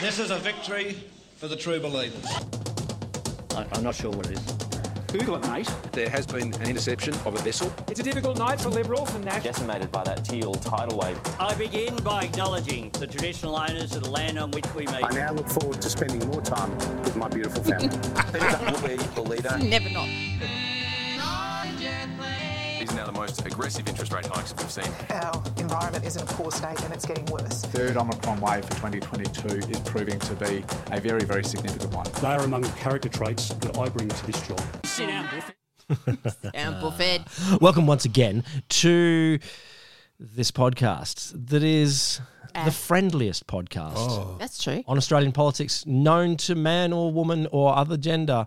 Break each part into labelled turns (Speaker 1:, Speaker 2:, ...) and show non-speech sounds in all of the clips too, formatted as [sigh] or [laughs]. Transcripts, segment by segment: Speaker 1: This is a victory for the true believers.
Speaker 2: I, I'm not sure what it is.
Speaker 3: Google it, mate.
Speaker 4: There has been an interception of a vessel.
Speaker 3: It's a difficult night for Liberals and that.
Speaker 5: decimated by that teal tidal wave.
Speaker 2: I begin by acknowledging the traditional owners of the land on which we meet.
Speaker 6: I now look forward to spending more time with my beautiful family.
Speaker 7: Peter will be the leader.
Speaker 8: Never not.
Speaker 4: These are now the most aggressive interest rate hikes we've seen.
Speaker 9: Our environment is in a poor state and it's getting worse.
Speaker 10: third Omicron wave for 2022 is proving to be a very, very significant one.
Speaker 11: They are among the character traits that I bring to this job.
Speaker 2: Sit down, Griffin.
Speaker 8: Down buffet.
Speaker 12: Welcome once again to this podcast that is
Speaker 8: Eh.
Speaker 12: the friendliest podcast
Speaker 13: Oh.
Speaker 8: That's true.
Speaker 12: on Australian politics known to man or woman or other gender.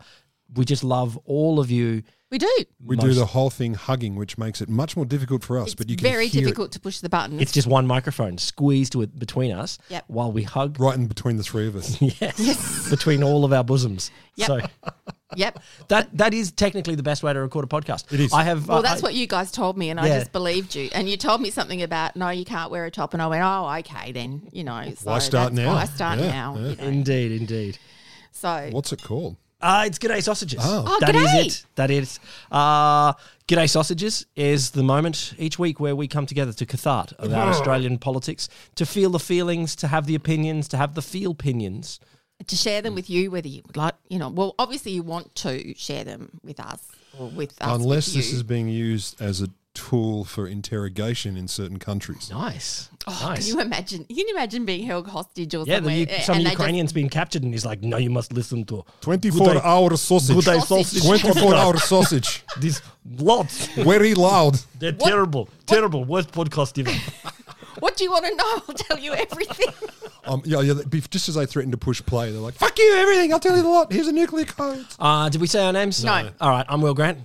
Speaker 12: We just love all of you.
Speaker 8: We do.
Speaker 13: We do the whole thing hugging, which makes it much more difficult for us.
Speaker 8: It's
Speaker 13: but you can
Speaker 8: very
Speaker 13: hear it
Speaker 8: difficult to push the buttons.
Speaker 12: It's just one microphone squeezed with, between us
Speaker 8: Yep.
Speaker 12: while we [laughs] hug
Speaker 13: right in between the three
Speaker 8: [laughs]
Speaker 13: of us.
Speaker 8: yes.
Speaker 12: between all of our bosoms.
Speaker 8: Yep.
Speaker 12: So
Speaker 13: [laughs]
Speaker 8: yep.
Speaker 12: that that is technically the best way to record a podcast. It
Speaker 13: is.
Speaker 12: I have.
Speaker 8: Well,
Speaker 12: uh,
Speaker 8: that's
Speaker 12: I-
Speaker 8: what you guys told me, and I
Speaker 12: Yeah.
Speaker 8: just believed you. And you told me something about no, you can't wear a top, and I went, oh, okay, then you know. So
Speaker 13: Why start
Speaker 8: that's
Speaker 13: now?
Speaker 8: Why start
Speaker 13: Yeah,
Speaker 8: now?
Speaker 13: yeah.
Speaker 12: [laughs]
Speaker 8: you know.
Speaker 12: Indeed, indeed.
Speaker 8: So
Speaker 13: What's it called?
Speaker 12: Uh, it's G'day Sausages.
Speaker 13: Oh.
Speaker 8: Oh,
Speaker 12: That is
Speaker 8: g'day.
Speaker 12: it. That is. Uh, G'day Sausages is the moment each week where we come together to cathart about
Speaker 8: [laughs]
Speaker 12: Australian politics, to feel the feelings, to have the opinions, to have the feel opinions.
Speaker 8: to share them with you, whether you would like, you know, well, obviously you want to share them with us or with us.
Speaker 13: Unless
Speaker 8: with
Speaker 13: this
Speaker 8: you.
Speaker 13: is being used as a tool for interrogation in certain countries.
Speaker 12: Nice.
Speaker 8: Can
Speaker 12: nice.
Speaker 8: Oh, you imagine? Can you imagine being held hostage or
Speaker 12: Yeah, the,
Speaker 8: somewhere?
Speaker 12: U-
Speaker 8: uh,
Speaker 12: some
Speaker 8: and they just-
Speaker 12: Ukrainian's been captured and he's like, no, you must listen to
Speaker 13: 24
Speaker 12: G'day-
Speaker 13: hour sausage.
Speaker 12: G'day
Speaker 8: Sausage.
Speaker 12: Sausage. [laughs]
Speaker 13: 24 [laughs] hour sausage.
Speaker 12: These lots.
Speaker 13: Very loud.
Speaker 12: They're
Speaker 8: What-
Speaker 12: terrible. Terrible. Worst podcast ever.
Speaker 8: [laughs] what do you want to know? I'll tell you everything. [laughs]
Speaker 13: Um, yeah, yeah. be- Just as they threatened to push play, they're like, fuck you, everything. I'll tell you the lot. Here's a nuclear code.
Speaker 12: uh, did we say our names?
Speaker 8: No.
Speaker 12: All right. I'm Will Grant.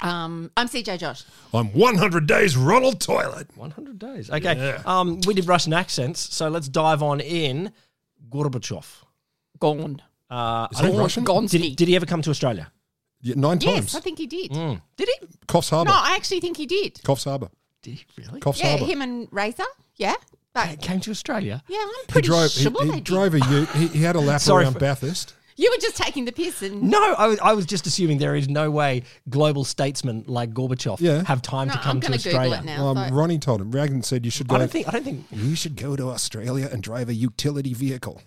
Speaker 8: um, I'm CJ Josh.
Speaker 13: [laughs] I'm 100 days Ronald Toilet.
Speaker 12: 100 days. Okay. Um, we did Russian accents, so let's dive on in. Gorbachev.
Speaker 8: Gone.
Speaker 12: Uh,
Speaker 13: Is
Speaker 12: I
Speaker 13: he
Speaker 12: don't-
Speaker 13: Russian?
Speaker 12: Did he,
Speaker 8: Gonski.
Speaker 12: did he ever come to Australia?
Speaker 13: Yeah, nine
Speaker 8: Yes,
Speaker 13: times.
Speaker 8: I think he did.
Speaker 12: Did he?
Speaker 13: Coffs Harbour.
Speaker 8: No, I actually think he did.
Speaker 13: Coffs Harbour.
Speaker 12: Did he really?
Speaker 13: Coffs
Speaker 8: Yeah,
Speaker 13: Harbour.
Speaker 8: him and Razor. Yeah, but
Speaker 12: Came to Australia?
Speaker 8: yeah, I'm
Speaker 13: he
Speaker 8: pretty
Speaker 13: drove. He,
Speaker 8: sure
Speaker 13: he
Speaker 8: they did.
Speaker 13: drove a. U- He, he had a [laughs] lap
Speaker 12: Sorry
Speaker 13: around
Speaker 12: for-
Speaker 13: Bathurst.
Speaker 8: You were just taking the piss, and
Speaker 12: No, I, was- I was just assuming there is no way global statesmen like Gorbachev
Speaker 13: Yeah.
Speaker 12: have time
Speaker 8: no,
Speaker 12: to come
Speaker 8: I'm
Speaker 12: to
Speaker 8: going to Google it
Speaker 12: Australia.
Speaker 8: now.
Speaker 13: Um,
Speaker 8: so-
Speaker 13: Ronnie told him. Raglan said you should go.
Speaker 12: I don't think. I don't think.
Speaker 13: you should go to Australia and drive a utility vehicle.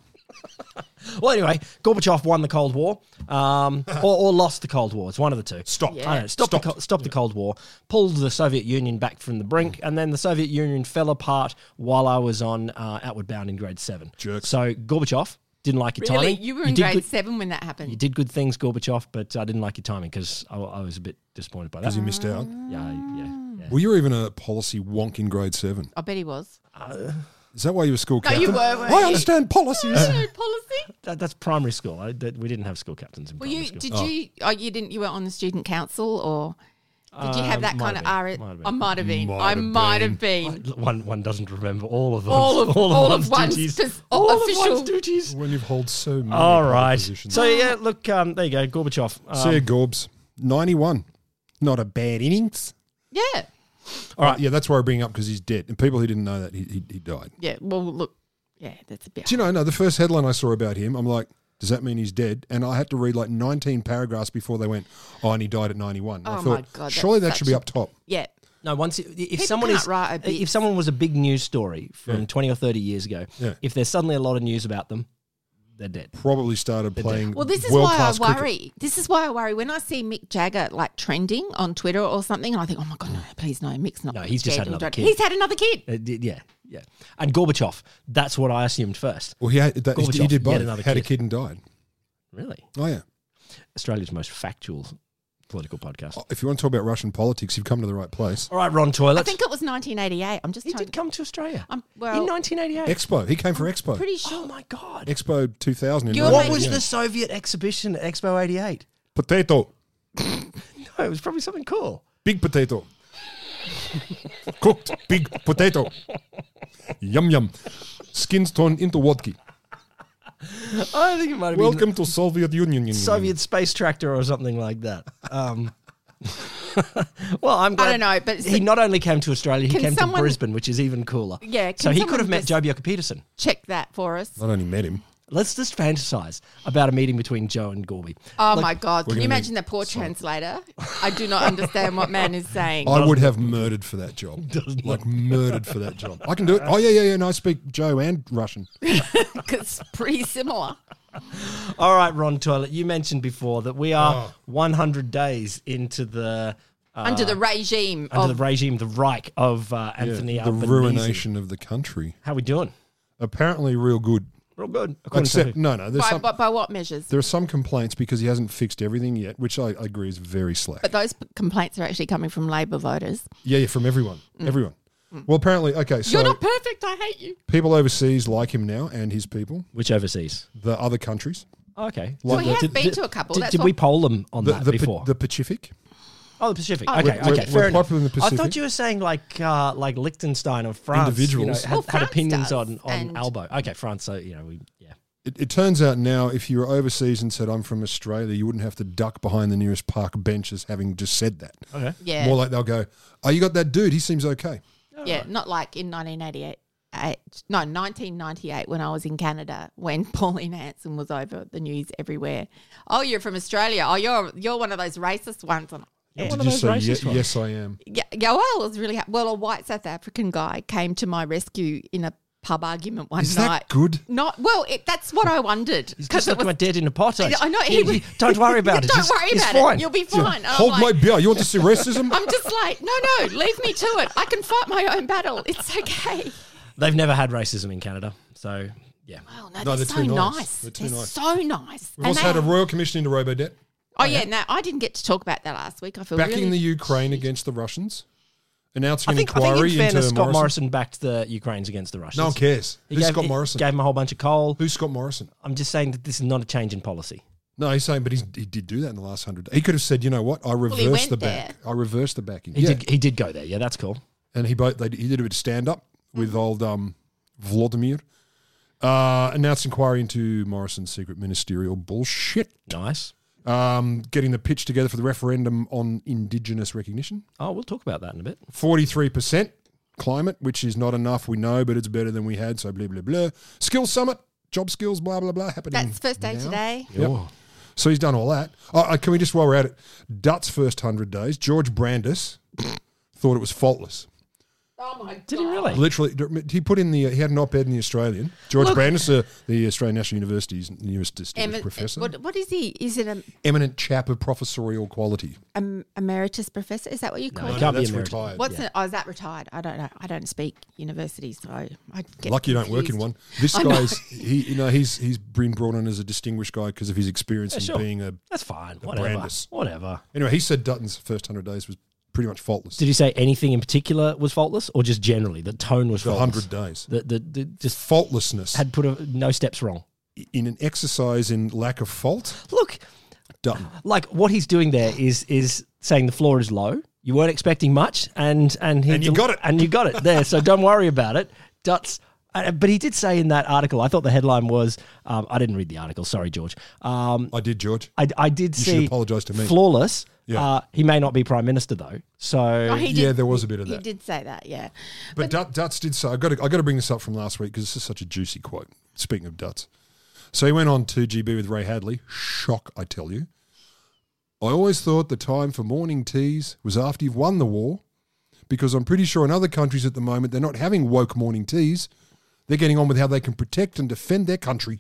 Speaker 12: Well, anyway, Gorbachev won the Cold War,
Speaker 13: [laughs]
Speaker 12: um, or, or lost the Cold War. It's one of the two.
Speaker 13: Stop.
Speaker 12: I know, stopped, The, Co- stopped the Cold War, pulled the Soviet Union back from the brink, and then the Soviet Union fell apart while I was on uh, Outward Bound in grade seven.
Speaker 13: Jerk.
Speaker 12: So Gorbachev didn't like your
Speaker 8: really,
Speaker 12: timing.
Speaker 8: you were in
Speaker 12: did
Speaker 8: grade
Speaker 12: good,
Speaker 8: seven when that happened.
Speaker 12: You did good things, Gorbachev, but I didn't like your timing because I, I was a bit disappointed by that.
Speaker 13: You missed out.
Speaker 8: Ah.
Speaker 12: yeah, yeah, yeah.
Speaker 13: Well, you were even a policy wonk in grade seven.
Speaker 8: I bet he was.
Speaker 13: Is that why you were school
Speaker 8: No,
Speaker 13: captain?
Speaker 8: you were, weren't
Speaker 13: I
Speaker 8: you?
Speaker 13: understand policies.
Speaker 8: [laughs] No policy.
Speaker 12: That, that's primary school. I, that, we didn't have school captains in
Speaker 8: Well,
Speaker 12: primary
Speaker 8: you
Speaker 12: school. [laughs]
Speaker 8: did you? Oh, you didn't. You were on the student council, or did you
Speaker 12: Uh,
Speaker 8: have that
Speaker 12: might
Speaker 8: kind of?
Speaker 12: have
Speaker 8: R-
Speaker 12: been, might have been.
Speaker 8: I might have been.
Speaker 13: Might
Speaker 8: I
Speaker 13: have
Speaker 8: might
Speaker 13: been.
Speaker 8: have been.
Speaker 12: one one doesn't remember all of them.
Speaker 8: All of- all
Speaker 12: one's
Speaker 8: of one's
Speaker 12: duties.
Speaker 8: dis-
Speaker 12: all of
Speaker 8: official-
Speaker 12: one's duties.
Speaker 13: when you've hold so many.
Speaker 12: All right.
Speaker 13: positions.
Speaker 12: So yeah, look, um, there you go, Gorbachev. Um,
Speaker 13: See you, Gorbs. Ninety-one. Not a bad innings.
Speaker 8: Yeah.
Speaker 13: All right. Yeah, that's why I bring up because he's dead. And people who didn't know that he, he, he died.
Speaker 8: Yeah. Well, look. Yeah, that's a bit.
Speaker 13: Do you know? No, the first headline I saw about him, I'm like, does that mean he's dead? And I had to read like 19 paragraphs before they went, oh, and he died at 91. And
Speaker 8: Oh,
Speaker 13: I thought,
Speaker 8: my God,
Speaker 13: surely
Speaker 8: that's
Speaker 13: that should
Speaker 8: such
Speaker 13: be
Speaker 8: a-
Speaker 13: up top.
Speaker 8: Yeah.
Speaker 12: No, once if someone
Speaker 8: can't
Speaker 12: is
Speaker 8: write a bit.
Speaker 12: if someone was a big news story from twenty or thirty years ago,
Speaker 13: Yeah.
Speaker 12: if there's suddenly a lot of news about them, they're dead.
Speaker 13: Probably started playing.
Speaker 8: Well, this is why I
Speaker 13: world-class cricket.
Speaker 8: worry. This is why I worry when I see Mick Jagger like trending on Twitter or something, and I think, oh my god, no, please no, Mick's not.
Speaker 12: No, he's just
Speaker 8: dead
Speaker 12: had
Speaker 8: or
Speaker 12: another
Speaker 8: dead."
Speaker 12: kid.
Speaker 8: He's had another kid.
Speaker 12: Uh, d- yeah, yeah. And Gorbachev, that's what I assumed first.
Speaker 13: Well, he, had, that, he- he
Speaker 12: Gorbachev,
Speaker 13: did
Speaker 12: yet
Speaker 13: both.
Speaker 12: another
Speaker 13: had a
Speaker 12: kid.
Speaker 13: kid and died.
Speaker 12: Really,
Speaker 13: Oh, yeah.
Speaker 12: Australia's most factual political podcast.
Speaker 13: Oh, If you want to talk about Russian politics, you've come to the right place.
Speaker 12: All right, Ron
Speaker 8: I
Speaker 12: Toilet.
Speaker 8: think it was 1988. I'm just.
Speaker 12: he
Speaker 8: trying
Speaker 12: did come to Australia
Speaker 8: I'm- well-
Speaker 12: in 1988.
Speaker 13: Expo. He came for Expo.
Speaker 8: Pretty sure.
Speaker 12: oh my god!
Speaker 13: Expo 2000. in
Speaker 8: You're
Speaker 12: What
Speaker 8: Amazing.
Speaker 12: was
Speaker 13: Melbourne.
Speaker 12: the Soviet exhibition at Expo 88?
Speaker 13: Potato.
Speaker 12: [laughs] No, it was probably something cool.
Speaker 13: Big
Speaker 8: [laughs]
Speaker 13: potato. Cooked big potato. Yum, yum. Skins turned into vodka.
Speaker 12: I think it might have been
Speaker 13: Welcome to Soviet Union.
Speaker 12: Soviet space tractor or something like that. Um, [laughs] well, I'm glad
Speaker 8: I don't know, but
Speaker 12: he
Speaker 8: so-
Speaker 12: not only came to Australia, he
Speaker 8: Can
Speaker 12: came
Speaker 8: someone-
Speaker 12: to Brisbane, which is even cooler.
Speaker 8: Yeah,
Speaker 12: so
Speaker 8: can
Speaker 12: he could
Speaker 8: someone
Speaker 12: have met
Speaker 8: just-
Speaker 12: Joe Bjorka Peterson.
Speaker 8: check that for us.
Speaker 13: Not only met him,
Speaker 12: Let's just fantasize about a meeting between Joe and Gorby.
Speaker 8: Oh
Speaker 12: Like-
Speaker 8: my God. Can you imagine
Speaker 12: [laughs]
Speaker 8: the poor translator? I do not understand what man is
Speaker 12: [laughs]
Speaker 8: saying.
Speaker 13: I would have murdered for
Speaker 8: [laughs]
Speaker 13: that job. Like murdered for that job. I can do it. Oh yeah, yeah, yeah. And I speak Joe and Russian.
Speaker 8: It's pretty similar.
Speaker 12: All right, Ron Toilet, you mentioned before that we are
Speaker 13: Oh.
Speaker 12: 100 days into the. uh,
Speaker 8: Under the regime
Speaker 12: Under
Speaker 8: of-
Speaker 12: the regime, the Reich of uh, [laughs]
Speaker 13: Yeah,
Speaker 12: Anthony
Speaker 13: the
Speaker 12: Albanese.
Speaker 13: ruination of the country.
Speaker 12: How we doing?
Speaker 13: Apparently, real good.
Speaker 12: Real good. according to
Speaker 13: Except
Speaker 12: who?
Speaker 13: no, no. There's
Speaker 8: By,
Speaker 13: some,
Speaker 8: by, by what measures?
Speaker 13: there are some complaints because he hasn't fixed everything yet, which I, I agree is very slack.
Speaker 8: But those p- complaints are actually coming from Labor voters.
Speaker 13: Yeah, yeah, from everyone. Everyone. Well, apparently, okay, so
Speaker 8: Mm. You're not perfect. I hate you.
Speaker 13: people overseas like him now and his people,
Speaker 12: Which overseas?
Speaker 13: the other countries.
Speaker 12: Oh, okay.
Speaker 8: So
Speaker 13: Like
Speaker 8: we have
Speaker 13: the-
Speaker 8: been
Speaker 12: did-
Speaker 8: to a couple.
Speaker 12: Did,
Speaker 8: that's
Speaker 12: did
Speaker 8: what-
Speaker 12: we poll them on
Speaker 13: The,
Speaker 12: that
Speaker 13: the, Pa-
Speaker 12: before?
Speaker 13: the Pacific.
Speaker 12: oh, the Pacific.
Speaker 8: Oh,
Speaker 12: okay,
Speaker 13: We're- we're-
Speaker 12: okay, fair
Speaker 13: we're
Speaker 12: enough.
Speaker 13: popular in the
Speaker 12: I thought
Speaker 13: Pacific.
Speaker 12: you were saying like uh, like Liechtenstein or France.
Speaker 13: Individuals.
Speaker 12: you know, had,
Speaker 8: Well,
Speaker 12: had
Speaker 8: France
Speaker 12: opinions
Speaker 8: does,
Speaker 12: on on
Speaker 8: and-
Speaker 12: Albo. Okay, France. So you know, we yeah.
Speaker 13: It, it turns out now, if you were overseas and said, I'm from Australia, you wouldn't have to duck behind the nearest park bench as having just said that.
Speaker 12: Okay.
Speaker 8: Yeah.
Speaker 13: More like they'll go, Oh, you got that dude. He seems okay.
Speaker 8: Yeah, not like in 1988. eight- No, 1998 when I was in Canada when [laughs] Pauline Hanson was over the news everywhere. Oh, you're from Australia. Oh, you're you're one of those racist ones. And
Speaker 12: Yeah, one
Speaker 13: Did
Speaker 12: of
Speaker 13: you
Speaker 12: those
Speaker 13: say,
Speaker 12: racist
Speaker 13: "Ye-
Speaker 12: ones.
Speaker 13: Yes, I am?
Speaker 8: yeah, yeah, well, it was really ha- well. A white South African guy came to my rescue in a pub argument one
Speaker 13: Is that
Speaker 8: night.
Speaker 13: good?
Speaker 8: Not well. It, that's what I wondered
Speaker 12: He's
Speaker 8: 'cause
Speaker 12: just
Speaker 8: it
Speaker 12: looking
Speaker 8: was-
Speaker 12: at dead in a pot. eh?
Speaker 8: I know.
Speaker 12: He-
Speaker 8: [laughs]
Speaker 12: he- don't worry about it.
Speaker 8: Don't
Speaker 12: He's-
Speaker 8: worry
Speaker 12: he's
Speaker 8: about
Speaker 12: fine. Oh,
Speaker 8: it. You'll be fine. And I'm
Speaker 13: Hold
Speaker 8: like-
Speaker 13: my beer. You want to see
Speaker 12: [laughs]
Speaker 13: racism?
Speaker 8: I'm just like, no, no, leave me to it. I can fight my own battle. It's okay.
Speaker 12: They've never had racism in Canada, so yeah.
Speaker 8: Oh, no,
Speaker 13: No,
Speaker 8: they're,
Speaker 13: they're
Speaker 8: so
Speaker 13: too nice.
Speaker 8: nice.
Speaker 13: They're
Speaker 8: They're,
Speaker 13: too nice.
Speaker 8: so nice.
Speaker 13: We've also had a royal commission into robo debt,
Speaker 8: oh, yeah, no, I didn't get to talk about that last week. I feel
Speaker 13: backing
Speaker 8: really,
Speaker 13: the Ukraine against the Russians, announcing
Speaker 12: Oh, I think,
Speaker 13: an
Speaker 12: I
Speaker 13: inquiry
Speaker 12: think in fairness,
Speaker 13: into
Speaker 12: Scott Morrison backed the Ukrainians against the Russians.
Speaker 13: No one cares.
Speaker 12: He
Speaker 13: Who's
Speaker 12: gave,
Speaker 13: Scott
Speaker 12: he
Speaker 13: Morrison?
Speaker 12: Gave him a whole bunch of coal.
Speaker 13: Who's Scott Morrison?
Speaker 12: I'm just saying that this is not a change in policy.
Speaker 13: No, he's saying, but he's, he did do that in the last hundred. He could have said, you know what? I reversed
Speaker 8: he went
Speaker 13: the back. I reversed the backing.
Speaker 12: He
Speaker 13: yeah,
Speaker 12: did. He did go there. Yeah, that's cool.
Speaker 13: and he both they, he did a bit of stand up
Speaker 8: Mm-hmm.
Speaker 13: with old um, Vladimir. Uh, announced inquiry into Morrison's secret ministerial bullshit.
Speaker 12: Nice.
Speaker 13: Um, getting the pitch together for the referendum on Indigenous recognition.
Speaker 12: Oh, we'll talk about that in a bit.
Speaker 13: Forty-three percent climate, which is not enough, we know, but it's better than we had. So blah blah blah. Skills summit, job skills, blah blah blah. Happening.
Speaker 8: That's first day
Speaker 13: now.
Speaker 8: today.
Speaker 13: Yep. So he's done all that. Oh, uh, can we just, while we're at it, Dutt's first 100 days, George
Speaker 8: [laughs]
Speaker 13: Brandis thought it was faultless.
Speaker 8: Oh, my God.
Speaker 12: Did he really?
Speaker 13: Literally, he put in the, he had an op ed in the Australian. George Brandis, uh, the Australian National University's newest distinguished professor,
Speaker 8: what, what is he? Is it an
Speaker 13: eminent chap of professorial quality.
Speaker 8: um, emeritus professor? Is that what you
Speaker 12: No,
Speaker 8: call
Speaker 12: he
Speaker 8: it?
Speaker 12: can't be
Speaker 13: that's
Speaker 12: a merit.
Speaker 13: retired.
Speaker 8: What's it? Oh, is that retired? I don't know. I don't speak university, so I get
Speaker 13: Lucky you don't work in
Speaker 8: confused.
Speaker 13: one. This
Speaker 8: I know.
Speaker 13: guy's, he, you know, he's he's been brought in as a distinguished guy because of his experience
Speaker 12: Yeah,
Speaker 13: in
Speaker 12: sure.
Speaker 13: being a.
Speaker 12: That's fine. Whatever.
Speaker 13: Brandis.
Speaker 12: Whatever.
Speaker 13: Anyway, he said Dutton's first 100 days was pretty much faultless.
Speaker 12: Did he say anything in particular was faultless, or just generally the tone was
Speaker 13: the
Speaker 12: faultless?
Speaker 13: 100 days.
Speaker 12: The, the, the just
Speaker 13: Faultlessness.
Speaker 12: had put a, no steps wrong.
Speaker 13: in an exercise in lack of fault,
Speaker 12: Look,
Speaker 8: [sighs]
Speaker 13: done.
Speaker 12: like what he's doing there is is saying the floor is low. You weren't expecting much, and and he
Speaker 13: And you got it.
Speaker 12: and you got it there. So don't worry about it. Dutz. uh, But he did say in that article, I thought the headline was, um, I didn't read the article. Sorry, George. Um,
Speaker 13: I did, George.
Speaker 12: I, I did
Speaker 13: You should
Speaker 12: see.
Speaker 13: apologise to me.
Speaker 12: Flawless.
Speaker 13: Yeah.
Speaker 12: Uh, he may not be prime minister though. So
Speaker 8: [laughs] Oh, he
Speaker 13: yeah,
Speaker 8: did-
Speaker 13: there was a bit of
Speaker 8: He
Speaker 13: that.
Speaker 8: did say that, yeah.
Speaker 13: But, Dut, Dutz did say, I got to I got to bring this up from last week because this is such a juicy quote. Speaking of Dutz, so he went on to GB with Ray Hadley. Shock, I tell you. I always thought the time for morning teas was after you've won the war, because I'm pretty sure in other countries at the moment they're not having woke morning teas. They're getting on with how they can protect and defend their country.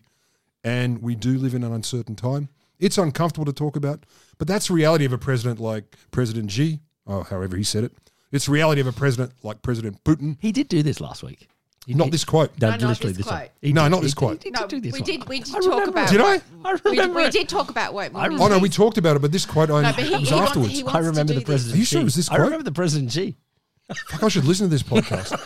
Speaker 13: And we do live in an uncertain time. It's uncomfortable to talk about, but that's the reality of a president like President Xi, or however he said it. It's the reality of a president like President Putin.
Speaker 12: He did do this last week. He
Speaker 13: Not
Speaker 12: did-
Speaker 13: this quote.
Speaker 12: No,
Speaker 8: No, not
Speaker 12: literally
Speaker 8: this
Speaker 12: this one.
Speaker 8: quote.
Speaker 12: He
Speaker 13: No,
Speaker 12: did-
Speaker 13: not
Speaker 12: he
Speaker 13: this
Speaker 12: did-
Speaker 13: quote.
Speaker 12: He did
Speaker 8: No,
Speaker 12: do this
Speaker 8: we
Speaker 12: one.
Speaker 8: did- we did
Speaker 12: I
Speaker 8: talk
Speaker 12: remember
Speaker 8: about
Speaker 12: it.
Speaker 13: Did I?
Speaker 12: I
Speaker 8: We,
Speaker 12: remember
Speaker 8: we
Speaker 12: it.
Speaker 8: did talk about what.
Speaker 12: I
Speaker 8: we-
Speaker 13: Oh no, we talked about it, but this quote I
Speaker 8: No, but he-
Speaker 13: it was
Speaker 8: he wants-
Speaker 13: afterwards.
Speaker 8: he
Speaker 12: I remember the
Speaker 8: to do this.
Speaker 12: president.
Speaker 13: Are you sure it was
Speaker 12: Xi.
Speaker 13: this
Speaker 12: I
Speaker 13: quote?
Speaker 12: remember the president G.
Speaker 13: Fuck, I should listen to this
Speaker 8: [laughs]
Speaker 13: podcast.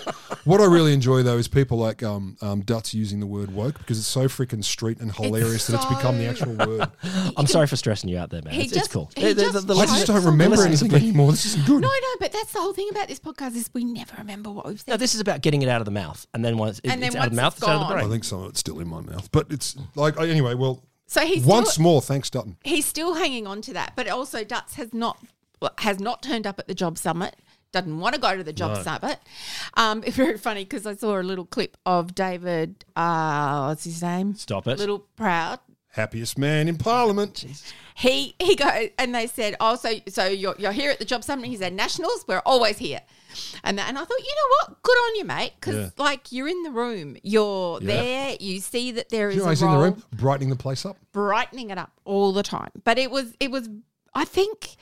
Speaker 13: what I really enjoy though is people like um, um, Dutz using the word woke because it's so freaking street and hilarious that it's become the
Speaker 8: so-
Speaker 13: actual
Speaker 8: [laughs]
Speaker 13: word.
Speaker 12: I'm sorry for stressing you out there, man.
Speaker 8: He
Speaker 12: It's, it's
Speaker 8: just-
Speaker 12: cool.
Speaker 8: he just
Speaker 13: I
Speaker 8: Like,
Speaker 13: just
Speaker 8: it's
Speaker 13: don't
Speaker 8: all
Speaker 13: remember
Speaker 8: good.
Speaker 13: anything anymore. This isn't good.
Speaker 8: No, no, but that's the whole thing about this podcast is we never remember what we've said.
Speaker 12: No, this is about getting it out of the mouth, and then once it,
Speaker 8: And then
Speaker 12: it's out of the
Speaker 8: once
Speaker 12: mouth,
Speaker 8: it's
Speaker 12: it's out of the
Speaker 8: gone.
Speaker 13: I
Speaker 12: brain.
Speaker 13: think some of it's still in my mouth, but it's like I- anyway. Well,
Speaker 8: so he's
Speaker 13: once
Speaker 8: still,
Speaker 13: more, thanks Dutton.
Speaker 8: he's still hanging on to that, but also Dutz has not has not turned up at the job summit. doesn't want to go to the job
Speaker 13: No.
Speaker 8: site, but um, it's very funny because I saw a little clip of David. Uh, what's his name?
Speaker 12: Stop it.
Speaker 8: Little Proud.
Speaker 13: Happiest man in Parliament.
Speaker 8: He he go and they said, "Oh, so so you're, you're here at the job summit." He said, "Nationals, we're always here," and that, and I thought, you know what? Good on you, mate, because
Speaker 13: Yeah.
Speaker 8: like you're in the room, you're
Speaker 13: Yeah.
Speaker 8: there, you see that there
Speaker 13: Do
Speaker 8: is
Speaker 13: you know,
Speaker 8: a
Speaker 13: he's in
Speaker 8: role,
Speaker 13: the room, brightening the place up.
Speaker 8: brightening it up all the time. But it was it was I think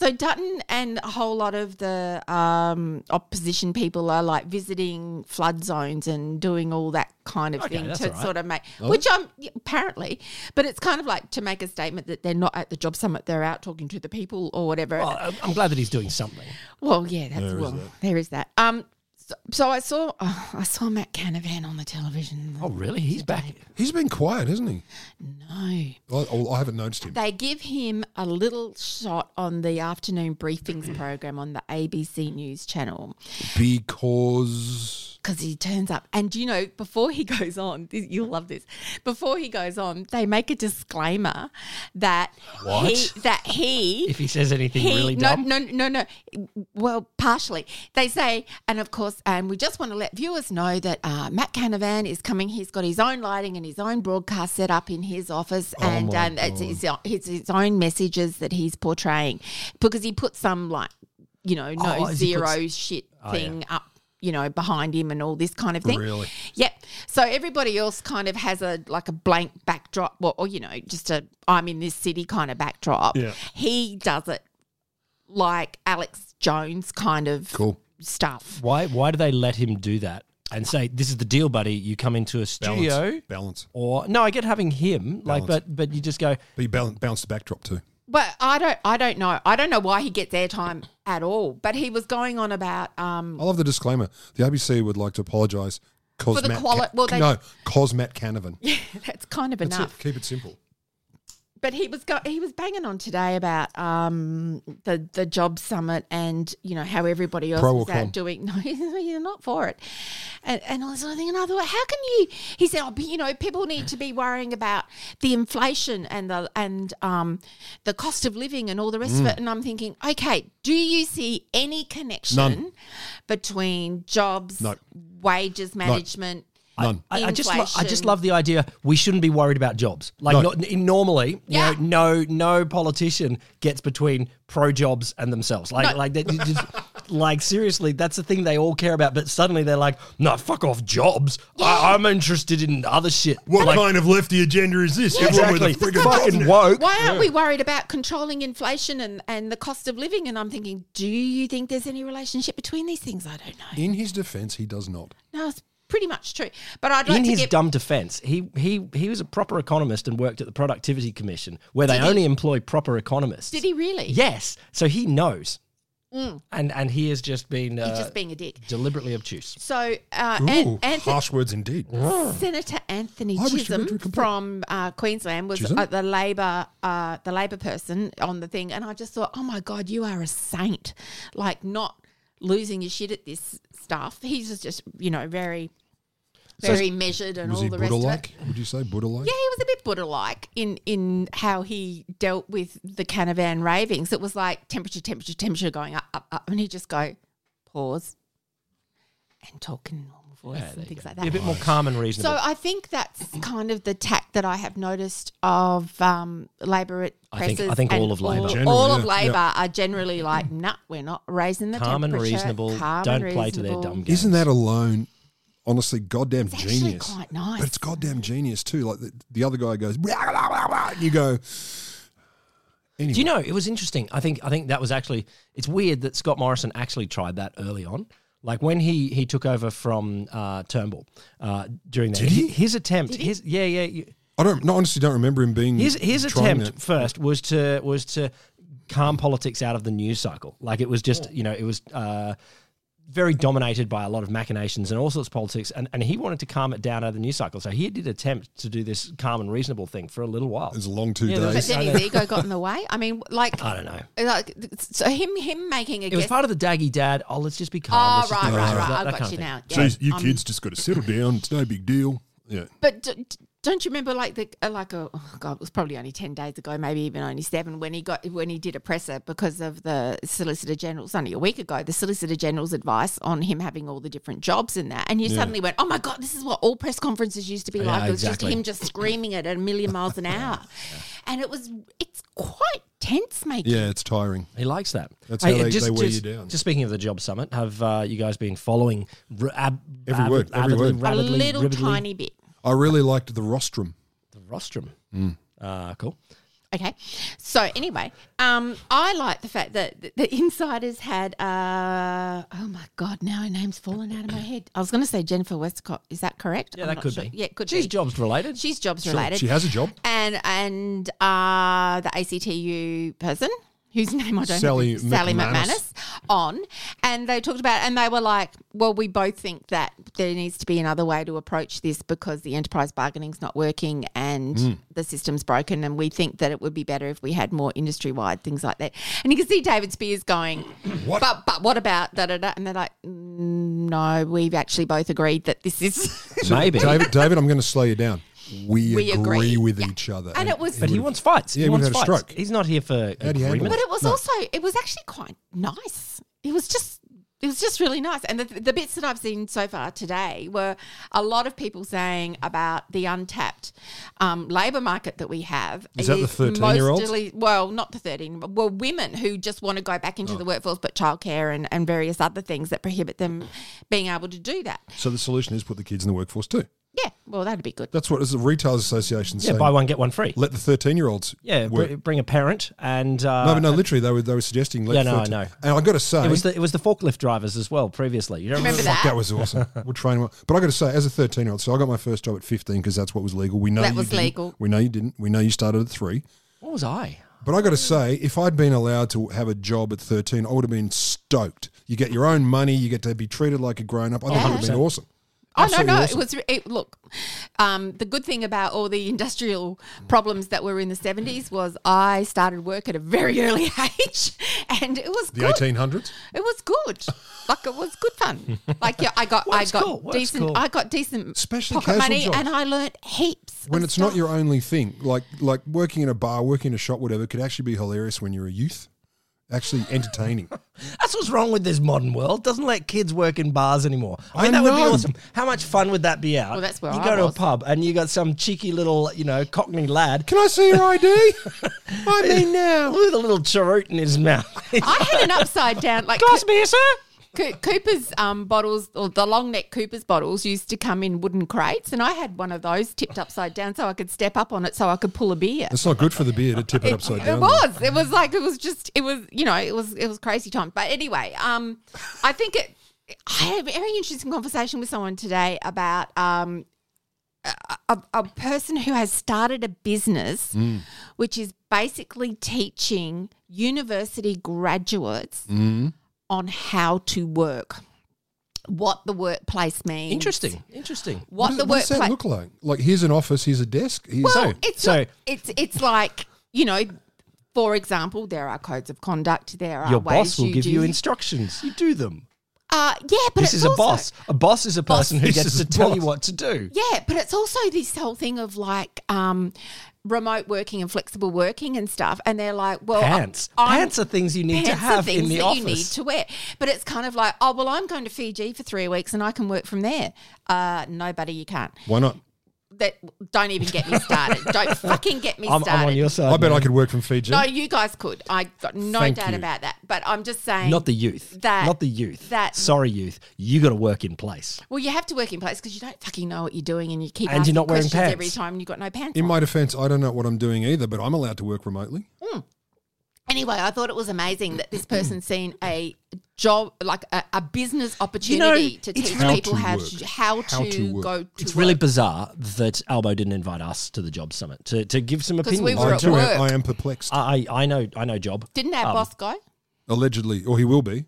Speaker 8: so Dutton and a whole lot of the um, opposition people are like visiting flood zones and doing all that kind of
Speaker 14: Okay,
Speaker 8: thing
Speaker 14: that's
Speaker 8: to
Speaker 14: all right. Oh.
Speaker 8: sort of make,
Speaker 14: Are
Speaker 8: which
Speaker 14: they?
Speaker 8: I'm yeah, apparently, but it's kind of like to make a statement that they're not at the job summit; they're out talking to the people or whatever.
Speaker 12: Well, I- Oh, I'm glad that he's doing something.
Speaker 8: Well, yeah, that's
Speaker 12: There is
Speaker 8: well,
Speaker 12: that.
Speaker 8: there is that. Um, so, so I saw [laughs] oh, I saw Matt Canavan on the television.
Speaker 12: Oh, really? He's back.
Speaker 13: He's been quiet, hasn't he?
Speaker 8: No.
Speaker 13: I, oh, I haven't noticed him.
Speaker 8: They give him a little shot on the afternoon
Speaker 12: Mm-hmm.
Speaker 8: briefings program on the ABC News channel
Speaker 13: Because.
Speaker 8: because he turns up. And you know, before he [laughs] goes on, this, you'll love this. Before he goes on, they make a disclaimer that
Speaker 12: What?
Speaker 8: he that he
Speaker 12: If he says anything
Speaker 8: he-
Speaker 12: really
Speaker 8: no,
Speaker 12: dumb.
Speaker 8: no, no, no. Well, partially. They say, and of course, and we just want to let viewers know that uh, Matt Canavan is coming. He's got his own lighting and his own broadcast set up in his office,
Speaker 14: Oh
Speaker 8: and
Speaker 14: my
Speaker 8: um, it's
Speaker 14: God.
Speaker 8: his, it's his own messages that he's portraying because he put some like you know no
Speaker 14: Oh, has he put
Speaker 8: zero
Speaker 14: s-
Speaker 8: shit
Speaker 14: Oh, yeah.
Speaker 8: thing up. You know, behind him and all this kind of thing.
Speaker 14: Really?
Speaker 8: Yep. So everybody else kind of has a like a blank backdrop, or, or you know, just a I'm in this city kind of backdrop.
Speaker 14: Yeah.
Speaker 8: He does it like Alex Jones kind of
Speaker 12: Cool.
Speaker 8: stuff.
Speaker 12: Why why do they let him do that and say this is the deal, buddy? You come into a studio
Speaker 13: Balance. Balance.
Speaker 12: or no? I get having him like,
Speaker 13: Balance.
Speaker 12: but but you just go.
Speaker 13: But you balance, balance the backdrop too.
Speaker 8: But I don't I don't know. I don't know why he gets airtime at all. But he was going on about um [laughs]
Speaker 13: I love the disclaimer. The ABC would like to apologise.
Speaker 8: For the
Speaker 13: Matt
Speaker 8: quali-
Speaker 13: Ca-
Speaker 8: well, they-
Speaker 13: no, cause
Speaker 8: [laughs]
Speaker 13: Matt Canavan.
Speaker 8: that's kind of
Speaker 13: That's
Speaker 8: enough.
Speaker 13: it. Keep it simple.
Speaker 8: but he was go- he was banging on today about um, the the job summit and you know how everybody else
Speaker 14: Pro
Speaker 8: was
Speaker 14: or con?
Speaker 8: out doing [laughs] no you're not for it and and I was sort of thinking I thought how can you he said oh but, you know people need to be worrying about the inflation and the and um the cost of living and all the rest of
Speaker 14: Mm.
Speaker 8: it and I'm thinking okay do you see any connection
Speaker 14: None.
Speaker 8: between jobs
Speaker 12: No.
Speaker 8: wages management
Speaker 13: None.
Speaker 12: I, I just lo- I just
Speaker 8: Inflation.
Speaker 12: love the idea. We shouldn't be worried about jobs. Like
Speaker 13: No.
Speaker 12: not, n- normally, you know, no no politician gets between pro jobs and themselves. Like
Speaker 8: No.
Speaker 12: like that. you Just, like seriously, that's the thing they all care about. But suddenly they're like, no, fuck off jobs. I, I'm interested in other shit.
Speaker 13: What
Speaker 12: Like-
Speaker 13: kind of lefty agenda is this?
Speaker 12: Yeah,
Speaker 13: Everyone with a
Speaker 12: exactly.
Speaker 13: friggin'
Speaker 12: Fucking
Speaker 13: job-
Speaker 12: woke.
Speaker 8: Why aren't we worried about controlling inflation and, and the cost of living? And I'm thinking, do you think there's any relationship between these things? I don't know.
Speaker 13: In his defence, he does not.
Speaker 8: No, it's pretty much true. But I'd like
Speaker 12: in
Speaker 8: to
Speaker 12: his
Speaker 8: get
Speaker 12: dumb defense, he, he he was a proper economist and worked at the Productivity Commission, where they
Speaker 8: Did he?
Speaker 12: only employ proper economists.
Speaker 8: Did he really?
Speaker 12: Yes, so he knows,
Speaker 8: Mm.
Speaker 12: and and he has just been uh,
Speaker 8: He's [laughs] just being a dick.
Speaker 12: deliberately obtuse.
Speaker 8: So, uh,
Speaker 13: Ooh,
Speaker 8: An- Anthony,
Speaker 13: harsh words indeed.
Speaker 8: Senator Anthony
Speaker 13: I wish you
Speaker 8: Chisholm
Speaker 13: could
Speaker 8: from uh, Queensland was
Speaker 13: Chisholm?
Speaker 8: uh, the Labor uh, the Labor person on the thing, and I just thought, oh my God, you are a saint! Like not losing your shit at this stuff. He's just, just you know very
Speaker 13: So-
Speaker 8: very measured and
Speaker 13: was
Speaker 8: all
Speaker 13: he
Speaker 8: the rest of it.
Speaker 13: Buddha-like? Would you say Buddha-like?
Speaker 8: Yeah, he was a bit Buddha like in in how he dealt with the Canavan ravings. It was like temperature, temperature, temperature going up, up, up, and he'd just go pause and talk in normal voice and things like that.
Speaker 12: Be a bit more calm and reasonable.
Speaker 8: So I think that's kind of the tack that I have noticed of um, Labour at
Speaker 12: I think-
Speaker 8: presses.
Speaker 12: I think
Speaker 8: and
Speaker 12: all of Labor.
Speaker 8: all,
Speaker 12: Generally,
Speaker 8: all of
Speaker 12: yeah.
Speaker 8: Labour
Speaker 12: Yeah.
Speaker 8: are generally like, nah, we're not raising the
Speaker 12: Calm and
Speaker 8: temperature.
Speaker 12: reasonable.
Speaker 8: calm
Speaker 12: Don't
Speaker 8: and
Speaker 12: play to their
Speaker 8: reasonable.
Speaker 12: dumb game.
Speaker 13: Isn't that alone, honestly, goddamn genius?
Speaker 8: quite nice.
Speaker 13: But it's goddamn genius too. Like the, the other guy goes, blah, blah, blah, blah, and you go,
Speaker 12: Do you know it was interesting? I think I think that was actually it's weird that Scott Morrison actually tried that early on. Like when he he took over from uh, Turnbull uh, during that,
Speaker 13: Did he?
Speaker 12: his attempt, his yeah yeah. you-
Speaker 13: I don't, no, honestly, don't remember him being.
Speaker 12: His his
Speaker 13: Mm. trying
Speaker 12: attempt
Speaker 13: that.
Speaker 12: first was to was to calm politics out of the news cycle. Like it was just you know it was uh, very dominated by a lot of machinations and all sorts of politics, and, and he wanted to calm it down out of the news cycle. So he did attempt to do this calm and reasonable thing for a little while. It was
Speaker 13: a long two
Speaker 8: But then his ego got in the way. I mean,
Speaker 12: [laughs]
Speaker 8: like,
Speaker 12: I don't know.
Speaker 8: like so him him making a
Speaker 12: It
Speaker 8: guess
Speaker 12: was part of the daggy dad. Oh, let's just be calm.
Speaker 8: Oh,
Speaker 12: let's just
Speaker 8: right,
Speaker 12: be
Speaker 8: right,
Speaker 12: calm,"
Speaker 8: right.
Speaker 12: that-
Speaker 8: I've
Speaker 12: that
Speaker 8: got
Speaker 12: kind of
Speaker 8: you
Speaker 12: thing.
Speaker 8: now.
Speaker 13: Jeez, you kids just got to settle down. It's no big deal. Yeah.
Speaker 8: Um, But d- d- Don't you remember like the uh, like a oh god it was probably only ten days ago maybe even only seven when he got when he did a presser because of the Solicitor General's only a week ago the Solicitor General's advice on him having all the different jobs and that and you
Speaker 14: Yeah.
Speaker 8: suddenly went oh my god this is what all press conferences used to be
Speaker 14: Yeah,
Speaker 8: like it was
Speaker 14: exactly.
Speaker 8: just him just screaming it at a million
Speaker 14: [laughs]
Speaker 8: miles an hour and it was it's quite tense making
Speaker 13: Yeah, it's tiring.
Speaker 12: He likes that.
Speaker 13: That's
Speaker 12: Hey,
Speaker 13: how they,
Speaker 12: just,
Speaker 13: they wear
Speaker 12: just-
Speaker 13: you down.
Speaker 12: Just speaking of the job summit, have uh, you guys been following r- ab,
Speaker 13: Every
Speaker 12: ab-
Speaker 13: word, every
Speaker 12: avidly,
Speaker 13: word. A
Speaker 12: rabidly,
Speaker 8: a little
Speaker 12: ribidly?
Speaker 8: tiny bit
Speaker 13: I really liked the rostrum.
Speaker 12: The rostrum.
Speaker 13: Mm.
Speaker 12: Uh, cool.
Speaker 8: Okay. So anyway, um, I like the fact that th- the insiders had. Uh, oh my god! Now her name's fallen out of my head. I was going to say Jennifer Westcott. Is that correct?
Speaker 12: Yeah,
Speaker 8: I'm
Speaker 12: that
Speaker 8: not
Speaker 12: could
Speaker 8: sure.
Speaker 12: be.
Speaker 8: Yeah, it could
Speaker 12: She's
Speaker 8: be.
Speaker 12: jobs related.
Speaker 8: She's jobs
Speaker 12: Sure.
Speaker 8: related.
Speaker 12: She has a job.
Speaker 8: And and uh, the ACTU person whose [laughs] name I don't
Speaker 13: Sally
Speaker 8: know, Sally
Speaker 13: McManus.
Speaker 8: McManus on, and they talked about, and they were like, well, we both think that there needs to be another way to approach this because the enterprise bargaining's not working and
Speaker 12: Hmm.
Speaker 14: Mm.
Speaker 8: the system's broken, and we think that it would be better if we had more industry wide things like that. And you can see David Spears
Speaker 12: [clears throat]
Speaker 8: going,
Speaker 13: what?
Speaker 8: But but what about da da da? And they're like, "Mm, no, we've actually both agreed that this is
Speaker 13: So, David, David, I'm going to slow you down. We,
Speaker 8: We
Speaker 13: agree,
Speaker 8: agree.
Speaker 13: with each other.
Speaker 8: And it was-
Speaker 12: But he wants fights. he
Speaker 13: Yeah, he would've
Speaker 12: wants
Speaker 13: had a
Speaker 12: fights.
Speaker 13: stroke.
Speaker 12: He's not here for
Speaker 13: How do you handle
Speaker 12: agreement.
Speaker 13: it?
Speaker 8: But it was also it was actually quite nice. It was just it was just really nice. And the, the bits that I've seen so far today were a lot of people saying about the untapped um, labour market that we have.
Speaker 13: Is that the 13-year-olds?
Speaker 8: mostly- Well, not the 13, well, women who just want to go back
Speaker 13: Oh.
Speaker 8: into the workforce, but childcare and, and various other things that prohibit them being able to do that.
Speaker 13: So the solution is put the kids in the workforce too.
Speaker 8: Yeah, well, that'd be good.
Speaker 13: That's what is the retailers association
Speaker 12: Yeah,
Speaker 13: saying.
Speaker 12: buy one, get one free.
Speaker 13: Let the 13 year olds.
Speaker 12: Yeah, br- bring a parent and uh,
Speaker 13: no, but no, literally they were they were suggesting. Let
Speaker 12: Yeah, no, I
Speaker 13: 13
Speaker 12: know.
Speaker 13: And I got to say,
Speaker 12: It was the it was the forklift drivers as well previously. You don't remember,
Speaker 13: Fuck, that was
Speaker 12: [laughs]
Speaker 13: awesome. we'll train well. But I got to say, as a 13 year old, so I got my first job at 15 because that's what was legal. We know
Speaker 12: That
Speaker 13: you
Speaker 12: was
Speaker 13: didn't.
Speaker 12: legal.
Speaker 13: We know you didn't. We know you started at three.
Speaker 12: What was I?
Speaker 13: But I got to say, if I'd been allowed to have a job at 13, I would have been stoked. You get your own money, you get to be treated like a grown up. I think it would have been
Speaker 12: 100%.
Speaker 13: awesome.
Speaker 8: Oh
Speaker 13: Absolutely
Speaker 8: no, no!
Speaker 13: awesome.
Speaker 8: It was re- it, look. Um, the good thing about all the industrial problems that were in the seventies was I started work at a very [laughs] early age, and it was
Speaker 13: the
Speaker 8: good.
Speaker 13: 1800s.
Speaker 8: It was good. Like it was good fun. Like yeah, I got I
Speaker 13: Work's
Speaker 8: got
Speaker 13: cool, work's
Speaker 8: decent
Speaker 13: cool.
Speaker 8: I got decent
Speaker 13: Especially
Speaker 8: pocket
Speaker 13: casual
Speaker 8: money,
Speaker 13: jobs.
Speaker 8: and I learnt heaps.
Speaker 13: When it's not
Speaker 8: [laughs]
Speaker 13: your only thing, like like working in a bar, working in a shop, whatever, could actually be hilarious when you're a youth. Actually
Speaker 8: [laughs]
Speaker 13: entertaining.
Speaker 12: That's what's wrong with this modern world. Doesn't let kids work in bars anymore. I mean,
Speaker 13: I
Speaker 12: that would be
Speaker 13: know.
Speaker 12: awesome. How much fun would that be out?
Speaker 8: Well, that's where
Speaker 12: you
Speaker 8: I
Speaker 12: go to a
Speaker 8: was.
Speaker 12: pub and you got some cheeky little, you know, Cockney lad.
Speaker 13: Can I see your ID? I
Speaker 12: [laughs]
Speaker 13: mean, now
Speaker 12: with a little cheroot in his mouth.
Speaker 8: I had an upside down
Speaker 12: [laughs]
Speaker 8: like
Speaker 12: Glass beer, sir.
Speaker 8: Co- Cooper's um, bottles, or the long neck Cooper's bottles, used to come in wooden crates, and I had one of those tipped upside down so I could step up on it so I could pull a beer.
Speaker 13: It's not good for the beer to tip it, upside down.
Speaker 8: It was. It was like it was just. It was you know. It was it was crazy time. But anyway, um, I think it. I had a very interesting conversation with someone today about um, a, a, a person who has started a business,
Speaker 14: Mm.
Speaker 8: which is basically teaching university graduates
Speaker 14: Mm.
Speaker 8: on how to work, what the workplace means.
Speaker 12: Interesting. Interesting.
Speaker 8: What,
Speaker 13: does-
Speaker 8: the
Speaker 13: what does
Speaker 8: workplace
Speaker 13: that look like? Like here's an office, here's a desk. Here's
Speaker 8: well, it's not- it's it's like you know, for example, there are codes of conduct. There are
Speaker 12: Your
Speaker 8: ways
Speaker 12: boss will
Speaker 8: you
Speaker 12: give
Speaker 8: do,
Speaker 12: you instructions. You do them.
Speaker 8: Uh, yeah, but
Speaker 12: this
Speaker 8: it's
Speaker 12: is a
Speaker 8: also-
Speaker 12: boss. A boss is a person who
Speaker 13: This
Speaker 12: gets
Speaker 13: is
Speaker 12: to
Speaker 13: a
Speaker 12: tell
Speaker 13: boss.
Speaker 12: you what to do.
Speaker 8: Yeah, but it's also this whole thing of like um, remote working and flexible working and stuff. And they're like, well, I-
Speaker 12: pants.
Speaker 8: I'm-
Speaker 12: pants are things you need to
Speaker 8: pants are
Speaker 12: have
Speaker 8: things
Speaker 12: in the
Speaker 8: that
Speaker 12: office.
Speaker 8: you need to wear. But it's kind of like, oh well, I'm going to Fiji for three weeks and I can work from there. Uh, no, buddy, you can't.
Speaker 13: Why not?
Speaker 8: That don't even get me started.
Speaker 12: [laughs]
Speaker 8: don't fucking get me started.
Speaker 13: I bet I could work from Fiji.
Speaker 8: No, you guys could. I got no
Speaker 12: Thank
Speaker 8: doubt
Speaker 12: you.
Speaker 8: about that. But I'm just saying,
Speaker 12: Not the youth.
Speaker 8: That
Speaker 12: Not the youth.
Speaker 8: That
Speaker 12: Sorry, youth. You got to work in place.
Speaker 8: well, you have to work in place because you don't fucking know what you're doing, and you keep
Speaker 12: And you're
Speaker 8: asking
Speaker 12: not wearing
Speaker 8: questions
Speaker 12: pants.
Speaker 8: every time, and you've got no pants.
Speaker 13: In
Speaker 8: on.
Speaker 13: my defense, I don't know what I'm doing either, but I'm allowed to work remotely.
Speaker 8: anyway, I thought it was amazing that
Speaker 12: [clears throat]
Speaker 8: this person's seen a job, like a, a business
Speaker 12: You know,
Speaker 8: opportunity to
Speaker 12: it's
Speaker 8: teach
Speaker 12: really-
Speaker 8: people
Speaker 12: How
Speaker 8: how
Speaker 12: to
Speaker 8: to,
Speaker 12: work.
Speaker 8: how,
Speaker 12: How
Speaker 8: to,
Speaker 12: to work.
Speaker 8: go to
Speaker 12: It's really bizarre that Albo didn't invite us to the job summit to, to give some
Speaker 8: 'Cause
Speaker 12: opinions.
Speaker 8: we were I at too am- work. I
Speaker 13: am perplexed.
Speaker 12: I, I know I know job.
Speaker 8: Didn't our
Speaker 12: Um,
Speaker 8: boss go?
Speaker 13: Allegedly, or he will be.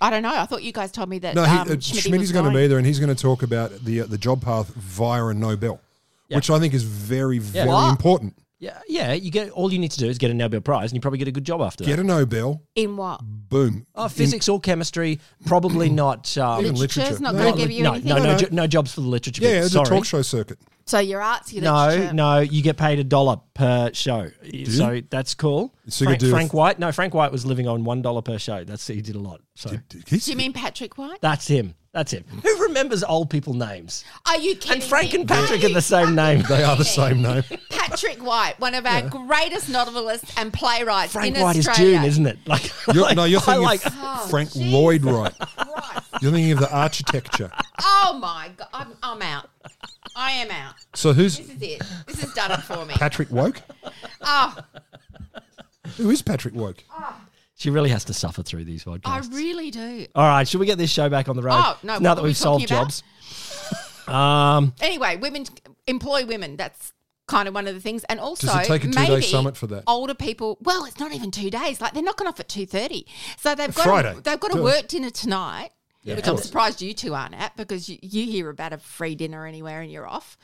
Speaker 8: I don't know. I thought you guys told me that.
Speaker 13: No, he,
Speaker 8: um,
Speaker 13: uh,
Speaker 8: Schmitty
Speaker 13: Schmitty's
Speaker 8: was
Speaker 13: going to
Speaker 8: going.
Speaker 13: be there, and he's going to talk about the uh, the job path via a Nobel,
Speaker 12: Yeah.
Speaker 13: which I think is very very
Speaker 12: What?
Speaker 13: important.
Speaker 12: Yeah, yeah. You get all you need to do is get a Nobel Prize, and you probably get a good job after
Speaker 13: Get
Speaker 12: that.
Speaker 13: a Nobel,
Speaker 8: In what?
Speaker 13: boom.
Speaker 12: Oh, physics or chemistry, probably not. Um, [clears throat]
Speaker 13: Even Literature's literature.
Speaker 8: not
Speaker 12: No,
Speaker 8: gonna give you
Speaker 12: no,
Speaker 8: anything.
Speaker 12: No, no,
Speaker 13: No, no.
Speaker 12: jo- no jobs for the literature.
Speaker 13: yeah,
Speaker 12: bit.
Speaker 13: the
Speaker 12: Sorry.
Speaker 13: talk show circuit.
Speaker 8: So your arts, you
Speaker 12: No, no, you get paid a dollar per show.
Speaker 8: you?
Speaker 12: So that's cool.
Speaker 13: So you
Speaker 12: Frank,
Speaker 13: could do a-
Speaker 12: Frank White? No, Frank White was living on one dollar per show. That's he did a lot. So
Speaker 8: Do you mean Patrick White?
Speaker 12: that's him. That's him. Who remembers old people names?
Speaker 8: Are you
Speaker 12: And
Speaker 8: kidding?
Speaker 12: Frank
Speaker 8: me?
Speaker 12: and Patrick are the same name.
Speaker 13: They are the same name.
Speaker 8: Patrick White, one of our greatest novelists and playwrights
Speaker 12: Frank
Speaker 8: in
Speaker 12: White is
Speaker 8: Australia.
Speaker 12: June, isn't it? [laughs] Like,
Speaker 13: [laughs] You're, no, you're
Speaker 12: [laughs] I
Speaker 13: thinking [laughs]
Speaker 12: like.
Speaker 13: of
Speaker 8: Oh,
Speaker 13: Frank Lloyd Wright. You're thinking of the architecture.
Speaker 8: Oh my god, I'm, I'm out. I am out.
Speaker 13: So who's
Speaker 8: This is it. This has done it for me.
Speaker 13: Patrick Woke?
Speaker 8: Oh,
Speaker 13: Who is Patrick Woke?
Speaker 12: She really has to suffer through these podcasts.
Speaker 8: I really do.
Speaker 12: All right, should we get this show back on the road?
Speaker 8: Oh, no,
Speaker 12: now
Speaker 8: what
Speaker 12: that
Speaker 8: were we
Speaker 12: we've solved
Speaker 8: talking
Speaker 12: jobs. [laughs] um,
Speaker 8: Anyway, women employ women. That's kind of one of the things. And also,
Speaker 13: take a two-day
Speaker 8: maybe
Speaker 13: summit for that?
Speaker 8: Older people. Well, it's not even two days. Like they're knocking off at two thirty. So they've got
Speaker 13: Friday.
Speaker 8: A, they've got a
Speaker 13: Duh.
Speaker 8: work dinner tonight.
Speaker 13: Yeah,
Speaker 8: which
Speaker 13: of
Speaker 8: I'm
Speaker 13: course.
Speaker 8: surprised you two aren't at because you, you hear about a free dinner anywhere and you're off.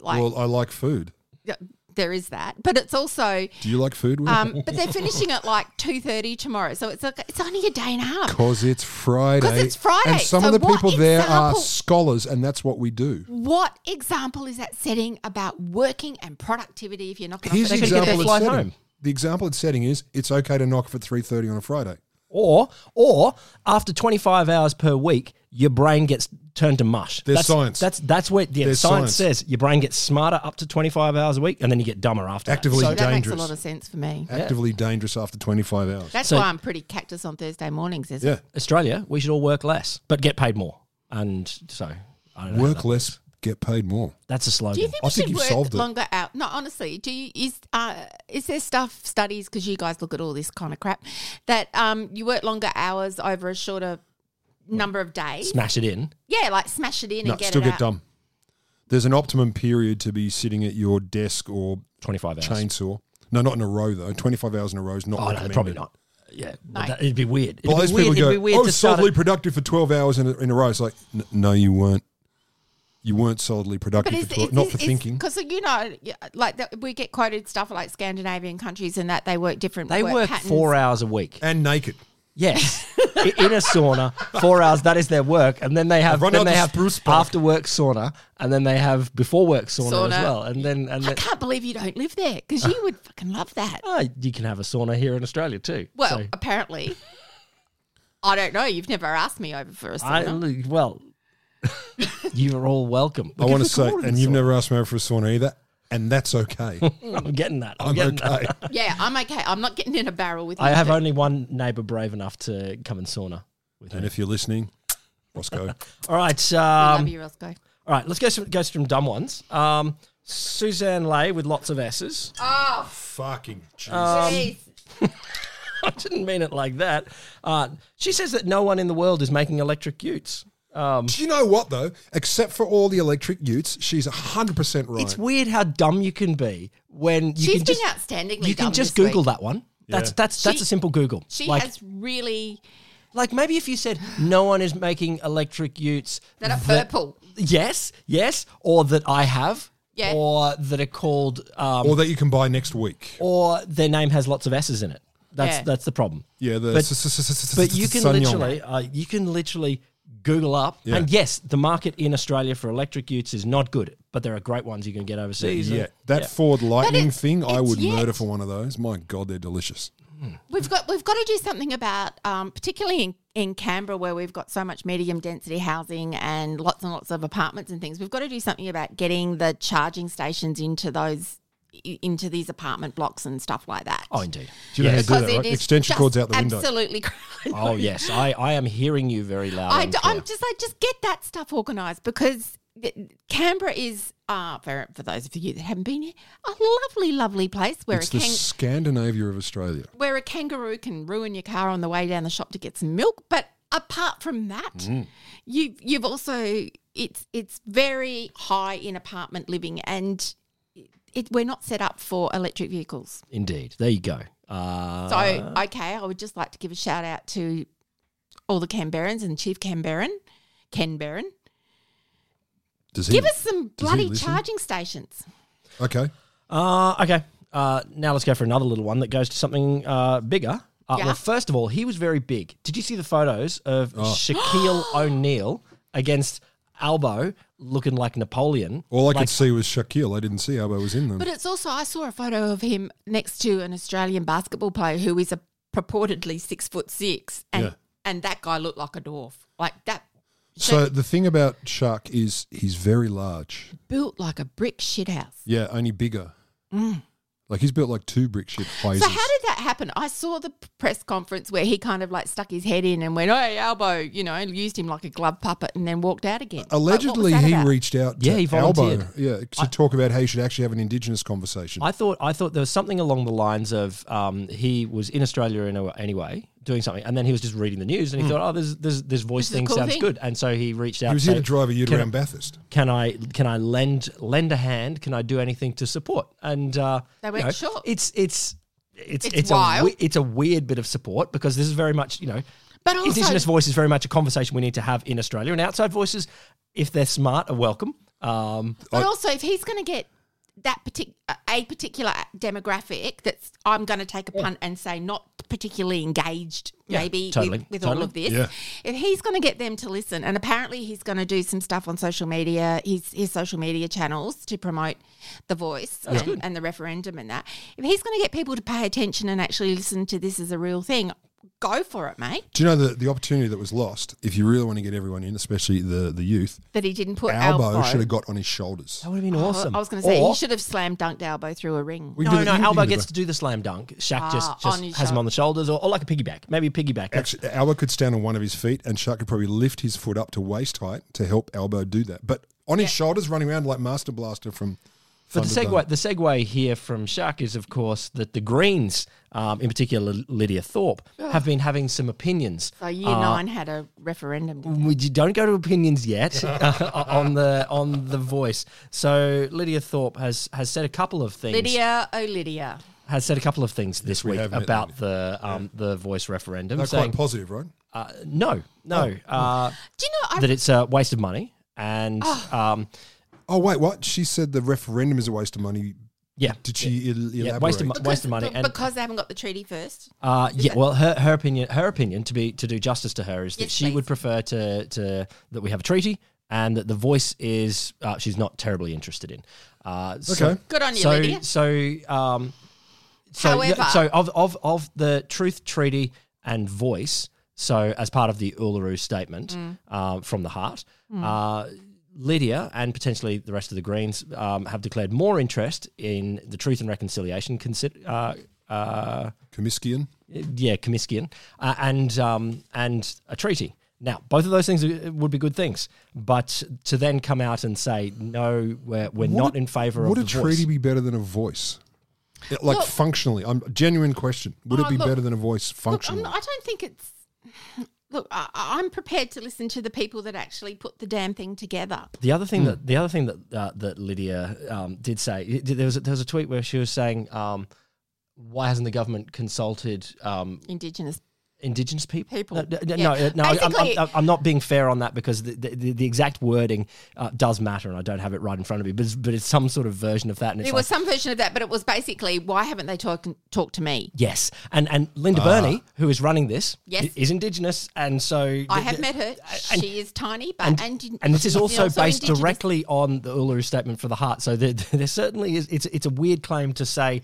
Speaker 8: Like
Speaker 13: well, I like food.
Speaker 8: th- there is that, but it's also
Speaker 13: Do you like food? Will?
Speaker 8: Um, but they're finishing at like two thirty tomorrow, so it's like, it's only a day and a half.
Speaker 13: Because it's Friday.
Speaker 8: 'Cause it's Friday.
Speaker 13: And some
Speaker 8: So
Speaker 13: of the
Speaker 8: what
Speaker 13: people there are
Speaker 8: example-
Speaker 13: scholars, and that's what we do.
Speaker 8: What example is that setting about working and productivity? If you're not going
Speaker 13: Here's
Speaker 8: to
Speaker 13: the
Speaker 12: They could get their
Speaker 13: example it's
Speaker 12: flight
Speaker 13: setting.
Speaker 12: home.
Speaker 13: The example it's setting is it's okay to knock off at 3.30 on a Friday.
Speaker 12: or or after 25 hours per week, your brain gets turned to mush.
Speaker 13: There's
Speaker 12: that's,
Speaker 13: science.
Speaker 12: That's that's where yeah,
Speaker 13: There's
Speaker 12: science,
Speaker 13: science.
Speaker 12: says your brain gets smarter up to 25 hours a week, and then you get dumber after. that.
Speaker 13: Actively
Speaker 8: that makes a
Speaker 13: dangerous.
Speaker 8: lot of sense for me.
Speaker 13: Actively dangerous after 25 hours.
Speaker 8: That's
Speaker 12: So-
Speaker 8: why I'm pretty cactus on Thursday mornings, isn't
Speaker 13: Yeah.
Speaker 8: it?
Speaker 12: Australia, we should all work less but get paid more. And so I don't know.
Speaker 13: Work
Speaker 12: That-
Speaker 13: less, get paid more.
Speaker 12: That's a slogan.
Speaker 8: Do you think
Speaker 13: I
Speaker 8: we
Speaker 13: think
Speaker 8: should
Speaker 13: you've
Speaker 8: work
Speaker 13: solved it.
Speaker 8: longer out? No, honestly, do you is uh, is there stuff studies because you guys look at all this kind of crap that um you work longer hours over a shorter number of days?
Speaker 12: Smash it in.
Speaker 8: yeah, like smash it in
Speaker 13: No,
Speaker 8: and get
Speaker 13: still
Speaker 8: it
Speaker 13: get
Speaker 8: out.
Speaker 13: dumb. There's an optimum period to be sitting at your desk or
Speaker 12: 25 hours.
Speaker 13: chainsaw. No, not in a row, though. 25 hours in a row is not
Speaker 12: Oh, no,
Speaker 13: recommended.
Speaker 12: probably not. Yeah, but
Speaker 8: No.
Speaker 12: that- it'd be weird. It'd
Speaker 13: Well,
Speaker 12: be
Speaker 13: those
Speaker 12: weird.
Speaker 13: people
Speaker 12: it'd be
Speaker 13: go,
Speaker 12: weird
Speaker 13: I was
Speaker 12: to start
Speaker 13: solidly
Speaker 12: at-
Speaker 13: productive for 12 hours in a, in a row. It's like, n- no, you weren't. You weren't solidly productive for 12, not for thinking.
Speaker 8: Because you know, yeah, like that we get quoted stuff like Scandinavian countries and that they work different.
Speaker 12: They work
Speaker 8: patterns.
Speaker 12: four hours a week.
Speaker 13: and naked.
Speaker 12: Yes, I- in a sauna, four hours. That is their work, and then they have
Speaker 13: Run
Speaker 12: then
Speaker 13: out
Speaker 12: they
Speaker 13: the
Speaker 12: have
Speaker 13: spruce bark.
Speaker 12: after work sauna, and then they have before work sauna,
Speaker 8: Sauna.
Speaker 12: as well, and then and
Speaker 8: I [laughs]
Speaker 12: then,
Speaker 8: can't believe you don't live there because you would fucking love that.
Speaker 12: Ah, you can have a sauna here in Australia too.
Speaker 8: Well,
Speaker 12: So,
Speaker 8: apparently, I don't know. You've never asked me over for a
Speaker 12: I,
Speaker 8: sauna.
Speaker 12: well, [laughs] you are all welcome.
Speaker 13: I
Speaker 12: Look,
Speaker 13: want to
Speaker 12: if
Speaker 13: say,
Speaker 12: we call it a
Speaker 13: and you've
Speaker 12: sauna,
Speaker 13: never asked me over for a sauna either, and
Speaker 12: [laughs]
Speaker 13: that's okay.
Speaker 12: Mm, I'm getting that. I'm,
Speaker 13: I'm
Speaker 12: getting that.
Speaker 13: okay.
Speaker 8: yeah, I'm okay. I'm not getting in a barrel with you.
Speaker 12: I have
Speaker 8: two.
Speaker 12: only one neighbour brave enough to come and sauna with
Speaker 13: [laughs] and
Speaker 12: me.
Speaker 13: if you're listening, Roscoe,
Speaker 12: All right,
Speaker 8: I
Speaker 12: um,
Speaker 8: love you, Roscoe.
Speaker 12: all right. Let's go some, go some dumb ones. Um, Suzanne Lay with lots of S's.
Speaker 8: Oh,
Speaker 13: fucking Jesus.
Speaker 12: um,
Speaker 8: jeez.
Speaker 12: I didn't mean it like that. Uh, she says that no one in the world is making electric utes.
Speaker 13: Do you know what, though? Except for all the electric utes, she's 100% right.
Speaker 12: It's weird how dumb you can be when you
Speaker 8: She's
Speaker 12: can just,
Speaker 8: been outstandingly
Speaker 12: You can
Speaker 8: dumb
Speaker 12: just
Speaker 8: this
Speaker 12: Google
Speaker 8: week.
Speaker 12: that one. That's
Speaker 13: Yeah.
Speaker 12: that's that's
Speaker 8: She-
Speaker 12: a simple Google.
Speaker 8: she
Speaker 12: like,
Speaker 8: has really
Speaker 12: like maybe if you said no one is making electric utes
Speaker 8: that are
Speaker 12: that-
Speaker 8: purple.
Speaker 12: yes, yes, or that I have,
Speaker 8: Yeah.
Speaker 12: or that are called, um,
Speaker 13: or
Speaker 12: or,
Speaker 13: that you can buy next week.
Speaker 12: their name has lots of s's in it. That's
Speaker 8: Yeah.
Speaker 12: that's the problem.
Speaker 13: Yeah, the
Speaker 12: But-
Speaker 13: s- s- s- s-
Speaker 12: but you can
Speaker 13: Sanyong.
Speaker 12: literally uh, you can literally Google up,
Speaker 13: Yeah.
Speaker 12: and yes, the market in Australia for electric utes is not good, but there are great ones you can get overseas.
Speaker 13: Yeah,
Speaker 12: And-
Speaker 13: that Ford Lightning
Speaker 8: it's-
Speaker 13: thing, I
Speaker 8: it's
Speaker 13: would
Speaker 8: yet.
Speaker 13: murder for one of those. My God, they're delicious.
Speaker 8: We've got we've got to do something about, um, particularly in, in Canberra, where we've got so much medium density housing and lots and lots of apartments and things. We've got to do something about getting the charging stations into those i- into these apartment blocks and stuff like that.
Speaker 12: oh, indeed.
Speaker 13: Do you know how
Speaker 12: Yes.
Speaker 13: to do that,
Speaker 8: it
Speaker 13: right?
Speaker 8: is
Speaker 13: Extension
Speaker 8: just
Speaker 13: cords out the window.
Speaker 8: Absolutely. [laughs] cra-
Speaker 12: Oh yes, I, I am hearing you very loud.
Speaker 8: I
Speaker 13: Um,
Speaker 12: and
Speaker 8: d- I'm
Speaker 12: clear.
Speaker 8: just like just get that stuff organised because it- Canberra is uh, for for those of you that haven't been here, a lovely, lovely place where
Speaker 13: It's
Speaker 8: a
Speaker 13: the
Speaker 8: kang-
Speaker 13: Scandinavia of Australia.
Speaker 8: where a kangaroo can ruin your car on the way down the shop to get some milk. But apart from that,
Speaker 13: Mm.
Speaker 8: you you've also it's it's very high in apartment living, and it, we're not set up for electric vehicles.
Speaker 12: indeed. There you go. Uh,
Speaker 8: So
Speaker 13: Ah.
Speaker 8: okay, I would just like to give a shout out to all the Canberrans and Chief Canberran, Canberran.
Speaker 13: Does he?
Speaker 8: Give us some
Speaker 13: does he
Speaker 8: bloody
Speaker 13: listen?
Speaker 8: charging stations.
Speaker 13: Okay.
Speaker 12: Uh, okay. Uh, now let's go for another little one that goes to something uh, bigger. Uh,
Speaker 8: Yeah.
Speaker 12: Well, first of all, Oh.
Speaker 8: [gasps]
Speaker 12: he was very big. Did you see the photos of Shaquille O'Neal against Albo looking like Napoleon.
Speaker 13: All I
Speaker 12: like,
Speaker 13: could see was Shaquille. I didn't see Albo was in them.
Speaker 8: But it's also I saw a photo of him next to an Australian basketball player who is a purportedly six foot six, and
Speaker 13: Yeah.
Speaker 8: and that guy looked like a dwarf, like that
Speaker 13: so the thing about Shark is he's very large.
Speaker 8: built like a brick shit house.
Speaker 13: Yeah, only bigger.
Speaker 8: Mm.
Speaker 13: Like he's built like two brick shit
Speaker 8: So
Speaker 13: phases.
Speaker 8: how did that happen? I saw the p- press conference where he kind of like stuck his head in and went, "Hey, elbow," you know, and used him like a glove puppet, and then walked out again. Like, what was
Speaker 13: Allegedly,
Speaker 8: that
Speaker 13: he
Speaker 8: about?
Speaker 13: reached out to
Speaker 12: Yeah, he
Speaker 13: Albo,
Speaker 12: volunteered.
Speaker 13: yeah, to talk about how you should actually have an Indigenous conversation.
Speaker 12: I thought I thought there was something along the lines of um, he was in Australia in a, anyway doing something, and then he was just reading the news, and he
Speaker 13: Hmm.
Speaker 12: thought, oh, this this this voice
Speaker 13: This is a
Speaker 12: thing
Speaker 13: cool
Speaker 12: sounds
Speaker 13: thing.
Speaker 12: good, and so he reached out.
Speaker 13: He was
Speaker 12: to
Speaker 13: here
Speaker 12: say,
Speaker 13: to drive a ute
Speaker 12: "Can-
Speaker 13: around Bathurst."
Speaker 12: Can I can I lend lend a hand? Can I do anything to support? And uh,
Speaker 8: They
Speaker 12: you
Speaker 8: went,
Speaker 12: know,
Speaker 8: "Sure."
Speaker 12: It's it's. It's
Speaker 8: It's
Speaker 12: it's, a
Speaker 8: wild.
Speaker 12: we- it's a weird bit of support because this is very much you know,
Speaker 8: But also-
Speaker 12: Indigenous voice is very much a conversation we need to have in Australia, and outside voices, if they're smart, are welcome. Um,
Speaker 8: But also, if he's going to get that particular a particular demographic, that's I'm going to take a punt and say not particularly engaged,
Speaker 12: Yeah,
Speaker 8: maybe
Speaker 12: totally,
Speaker 8: with, with all
Speaker 12: totally.
Speaker 8: of this.
Speaker 12: Yeah.
Speaker 8: If he's going to get them to listen, and apparently he's going to do some stuff on social media, his his social media channels to promote the voice
Speaker 12: That's
Speaker 8: and,
Speaker 12: good.
Speaker 8: and the referendum and that. If he's going to get people to pay attention and actually listen to this as a real thing, go for it, mate.
Speaker 13: Do you know the, the opportunity that was lost? If you really want to get everyone in, especially the, the youth,
Speaker 8: That he didn't put
Speaker 13: Albo,
Speaker 8: elbow.
Speaker 13: should have got on his shoulders.
Speaker 12: That would have been
Speaker 8: Oh,
Speaker 12: awesome.
Speaker 8: I was going to say
Speaker 12: Or-
Speaker 8: he should have slam dunked elbow through a ring.
Speaker 13: We
Speaker 12: no,
Speaker 13: did it-
Speaker 12: no,
Speaker 13: you did
Speaker 12: Albo
Speaker 13: it
Speaker 12: gets
Speaker 13: right.
Speaker 12: to do the slam dunk. Shaq
Speaker 8: Ah,
Speaker 12: just,
Speaker 8: on his
Speaker 12: just has him on the shoulders or, or like a piggyback, maybe piggyback.
Speaker 13: Actually, Albo could stand on one of his feet, and Shark could probably lift his foot up to waist height to help Albo do that. But on his shoulders, running around like Master Blaster from.
Speaker 12: But the
Speaker 13: Thunderdome.
Speaker 12: segue, the segue here from Shark is, of course, that the Greens, um, in particular Lydia Thorpe,
Speaker 8: Ah.
Speaker 12: have been having some opinions.
Speaker 8: So year
Speaker 12: uh,
Speaker 8: nine had a referendum. didn't
Speaker 12: we d- don't go to opinions
Speaker 13: [laughs]
Speaker 12: yet [laughs] uh, on the on the voice. So Lydia Thorpe has has said a couple of things.
Speaker 8: Lydia, oh Lydia.
Speaker 12: has said a couple of things this
Speaker 13: we
Speaker 12: week
Speaker 13: have met
Speaker 12: about the um, the voice referendum.
Speaker 13: They're
Speaker 12: saying-
Speaker 13: quite Oh. positive, right?
Speaker 12: Uh, no, no. Uh,
Speaker 8: Do you know? I,
Speaker 12: that it's a waste of money and
Speaker 8: Ah.
Speaker 12: um,
Speaker 13: Oh wait, what? She said the referendum is a waste of money.
Speaker 12: yeah,
Speaker 13: Did she el-
Speaker 12: yeah,
Speaker 13: elaborate?
Speaker 12: waste of, mo- waste of money and
Speaker 8: because they haven't got the treaty first.
Speaker 12: Uh, yeah, well, her, her opinion, her opinion to be to do justice to her is that
Speaker 8: Yes,
Speaker 12: she would prefer to to that we have a treaty and that the voice is uh, she's not terribly interested in. Uh, so-
Speaker 13: Okay.
Speaker 8: Good on you,
Speaker 12: so,
Speaker 8: Lydia.
Speaker 12: So, um, so,
Speaker 8: However-
Speaker 12: yeah, so of of of the truth, treaty, and voice. So, as part of the Uluru statement
Speaker 8: Mm.
Speaker 12: uh, from the heart,
Speaker 8: Mm.
Speaker 12: uh, Lydia and potentially the rest of the Greens um, have declared more interest in the Truth and Reconciliation consider, uh, uh,
Speaker 13: Comiskian.
Speaker 12: yeah, Comiskian, uh, and um, and a treaty. Now, both of those things are- would be good things, but to then come out and say no, we're, we're
Speaker 13: Would
Speaker 12: not
Speaker 13: a-
Speaker 12: in favour of
Speaker 13: Would
Speaker 12: the
Speaker 13: a
Speaker 12: voice.
Speaker 13: treaty be better than a voice? It- like
Speaker 8: Look-
Speaker 13: functionally, I'm genuine question. Would
Speaker 8: Oh,
Speaker 13: it be
Speaker 8: look-
Speaker 13: better than a voice
Speaker 8: Look, I'm
Speaker 13: functionally?
Speaker 8: not, I don't think it's. Look, I, I- I'm prepared to listen to the people that actually put the damn thing together.
Speaker 12: The other
Speaker 13: Hmm.
Speaker 12: thing that the other thing that uh, that Lydia um, did say it- there was a, there was a tweet where she was saying, um, "Why hasn't the government consulted um,
Speaker 8: Indigenous
Speaker 12: Indigenous people.
Speaker 8: People,
Speaker 12: No, no,
Speaker 8: yeah.
Speaker 12: no, uh, no, I'm,
Speaker 8: Basically-
Speaker 12: I'm, I'm not being fair on that because the, the, the- the exact wording uh, does matter, and I don't have it right in front of me. But it's, but it's some sort of version of that. And it's
Speaker 8: There
Speaker 12: like,
Speaker 8: was some version of that, but it was basically why haven't they talked talked to me?
Speaker 12: yes, and and Linda
Speaker 13: Ah.
Speaker 12: Burney, who is running this,
Speaker 8: Yes.
Speaker 12: i- is Indigenous, and so
Speaker 8: I
Speaker 12: th-
Speaker 8: have
Speaker 12: th-
Speaker 8: met her.
Speaker 12: and-
Speaker 8: she is tiny, but
Speaker 12: and,
Speaker 8: and,
Speaker 12: and, this is
Speaker 8: she's
Speaker 12: also, based
Speaker 8: Indigenous.
Speaker 12: directly on the Uluru Statement for the Heart. So there, [laughs] there certainly is. It's it's a weird claim to say